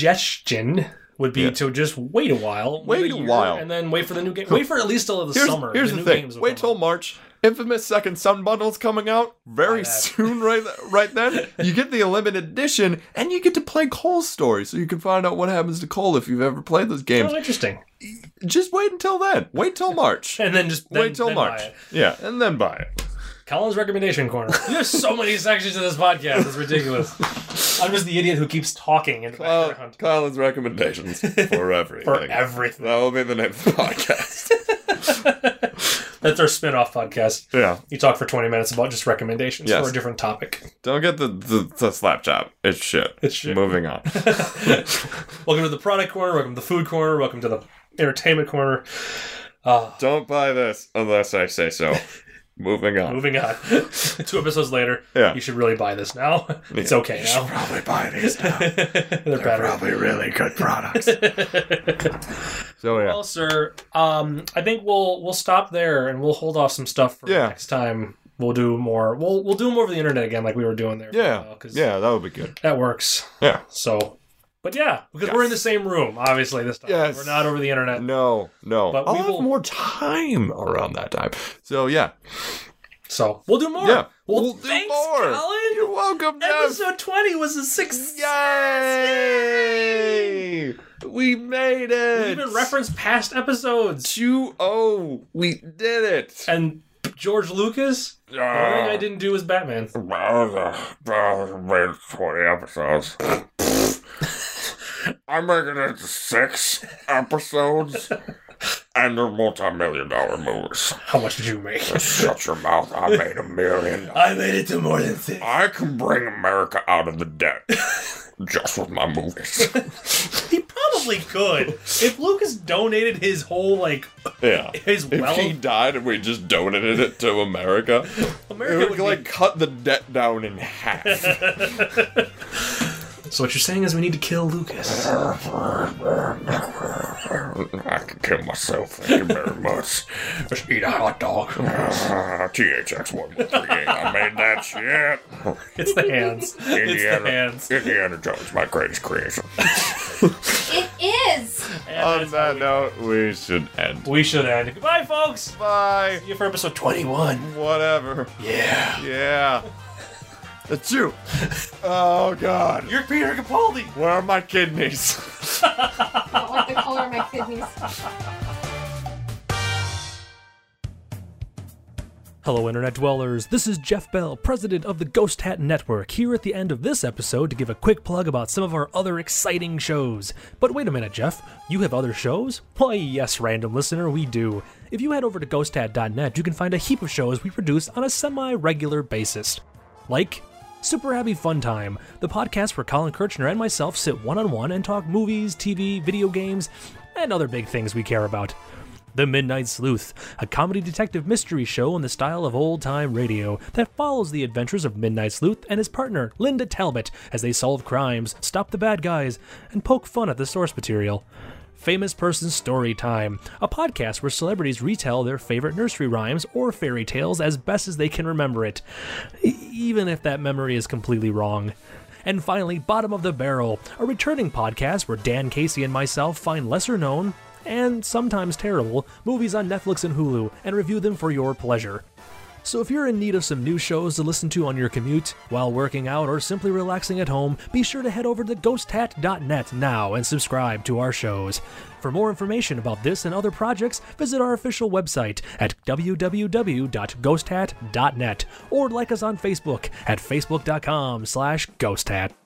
C: suggestion would be
B: Yeah.
C: to just wait a while,
B: Wait a
C: year,
B: while.
C: and then wait for the new game. Wait for at least till the
B: here's,
C: summer.
B: here's the,
C: new
B: thing.
C: games will
B: Wait
C: come
B: till
C: out.
B: March. Infamous Second Son bundle's coming out very
C: that.
B: soon. Right, th- right then, you get the limited edition, and you get to play Cole's story, so you can find out what happens to Cole if you've ever played this game.
C: Oh, interesting.
B: Just wait until then. Wait till March.
C: And then just then,
B: wait till
C: then buy
B: March.
C: it.
B: Yeah, and then buy it.
C: Colin's recommendation corner. There's so many sections to this podcast. It's ridiculous. I'm just the idiot who keeps talking in the
B: Kyle,
C: background
B: Kyle's Uh, recommendations for everything.
C: for everything.
B: That will be the name of the podcast.
C: That's our spin-off podcast.
B: yeah.
C: You talk for 20 minutes about just recommendations
B: Yes.
C: for a different topic.
B: Don't get the, the, the slap job. It's shit.
C: It's shit.
B: Moving on.
C: Welcome to the product corner. Welcome to the food corner. Welcome to the entertainment corner. Uh,
B: Don't buy this unless I say so. Moving on.
C: Moving on. Two episodes later.
B: Yeah.
C: You should really buy this now. It's okay
B: You should
C: now.
B: probably buy these now.
C: They're, better.
B: Probably really good products. so yeah,
C: Well, sir, um, I think we'll we'll stop there and we'll hold off some stuff for
B: Yeah.
C: next time. We'll do more. We'll we'll do them over the internet again, like we were doing there. for a
B: yeah,
C: while, 'cause
B: yeah, that would be good.
C: that works.
B: Yeah.
C: So
B: But yeah, because we're in the same room, obviously this time.
H: Yes.
B: We're not over the internet.
H: No, no.
B: But
H: I'll
B: we
H: have
B: will-
H: more time around that time. So yeah,
B: So we'll do more.
H: yeah.
B: Well,
H: we'll do
B: thanks,
H: more.
B: Colin.
H: You're welcome. Jeff.
B: Episode 20 was the sixth.
H: Yay! We made it.
B: We even referenced past episodes.
H: two oh. We did it.
B: And George Lucas, the only thing I didn't do was Batman. uh,
H: Waited 20 episodes. I'm making it to six episodes, and they're multi million dollar movies.
B: How much did you make?
H: Shut your mouth. I made a million.
B: I made it to more than six.
H: I can bring America out of the debt just with my movies.
B: He probably could. if Lucas donated his whole, like,
H: Yeah.
B: his
H: If he
B: wealth,
H: died and we just donated it to America,
B: America
H: it
B: would
H: would like cut the debt down in half.
B: be- So what you're saying is we need to kill Lucas.
H: I can kill myself. Thank you very much.
B: Just eat a hot dog.
H: Uh, THX one one three eight. I made that shit.
B: It's the hands. It's the
H: Indiana,
B: hands.
H: Indiana Jones, my greatest creation.
I: It is.
H: On that note, we should end.
B: We should end. Goodbye, folks.
H: Bye.
B: See you for episode 21.
H: Whatever.
B: Yeah.
H: Yeah. It's you. Oh God.
B: You're Peter Capaldi.
H: Where are my kidneys?
D: I don't like the color of my kidneys.
C: Hello, Internet Dwellers. This is Jeff Bell, president of the Ghost Hat Network, here at the end of this episode to give a quick plug about some of our other exciting shows. But wait a minute, Jeff. You have other shows? Why, yes, random listener, we do. If you head over to ghosthat.net, you can find a heap of shows we produce on a semi regular basis. Like Super Happy Fun Time, the podcast where Colin Kirchner and myself sit one on one and talk movies, TV, video games, and other big things we care about. The Midnight Sleuth, a comedy detective mystery show in the style of old time radio that follows the adventures of Midnight Sleuth and his partner, Linda Talbot, as they solve crimes, stop the bad guys, and poke fun at the source material. Famous Person Story Time, a podcast where celebrities retell their favorite nursery rhymes or fairy tales as best as they can remember it, e- even if that memory is completely wrong. And finally, Bottom of the Barrel, a returning podcast where Dan Casey and myself find lesser known, and sometimes terrible, movies on Netflix and Hulu and review them for your pleasure. So if you're in need of some new shows to listen to on your commute, while working out, or simply relaxing at home, be sure to head over to ghosthat.net now and subscribe to our shows. For more information about this and other projects, visit our official website at www.ghosthat.net or like us on Facebook at facebook.com/ghosthat.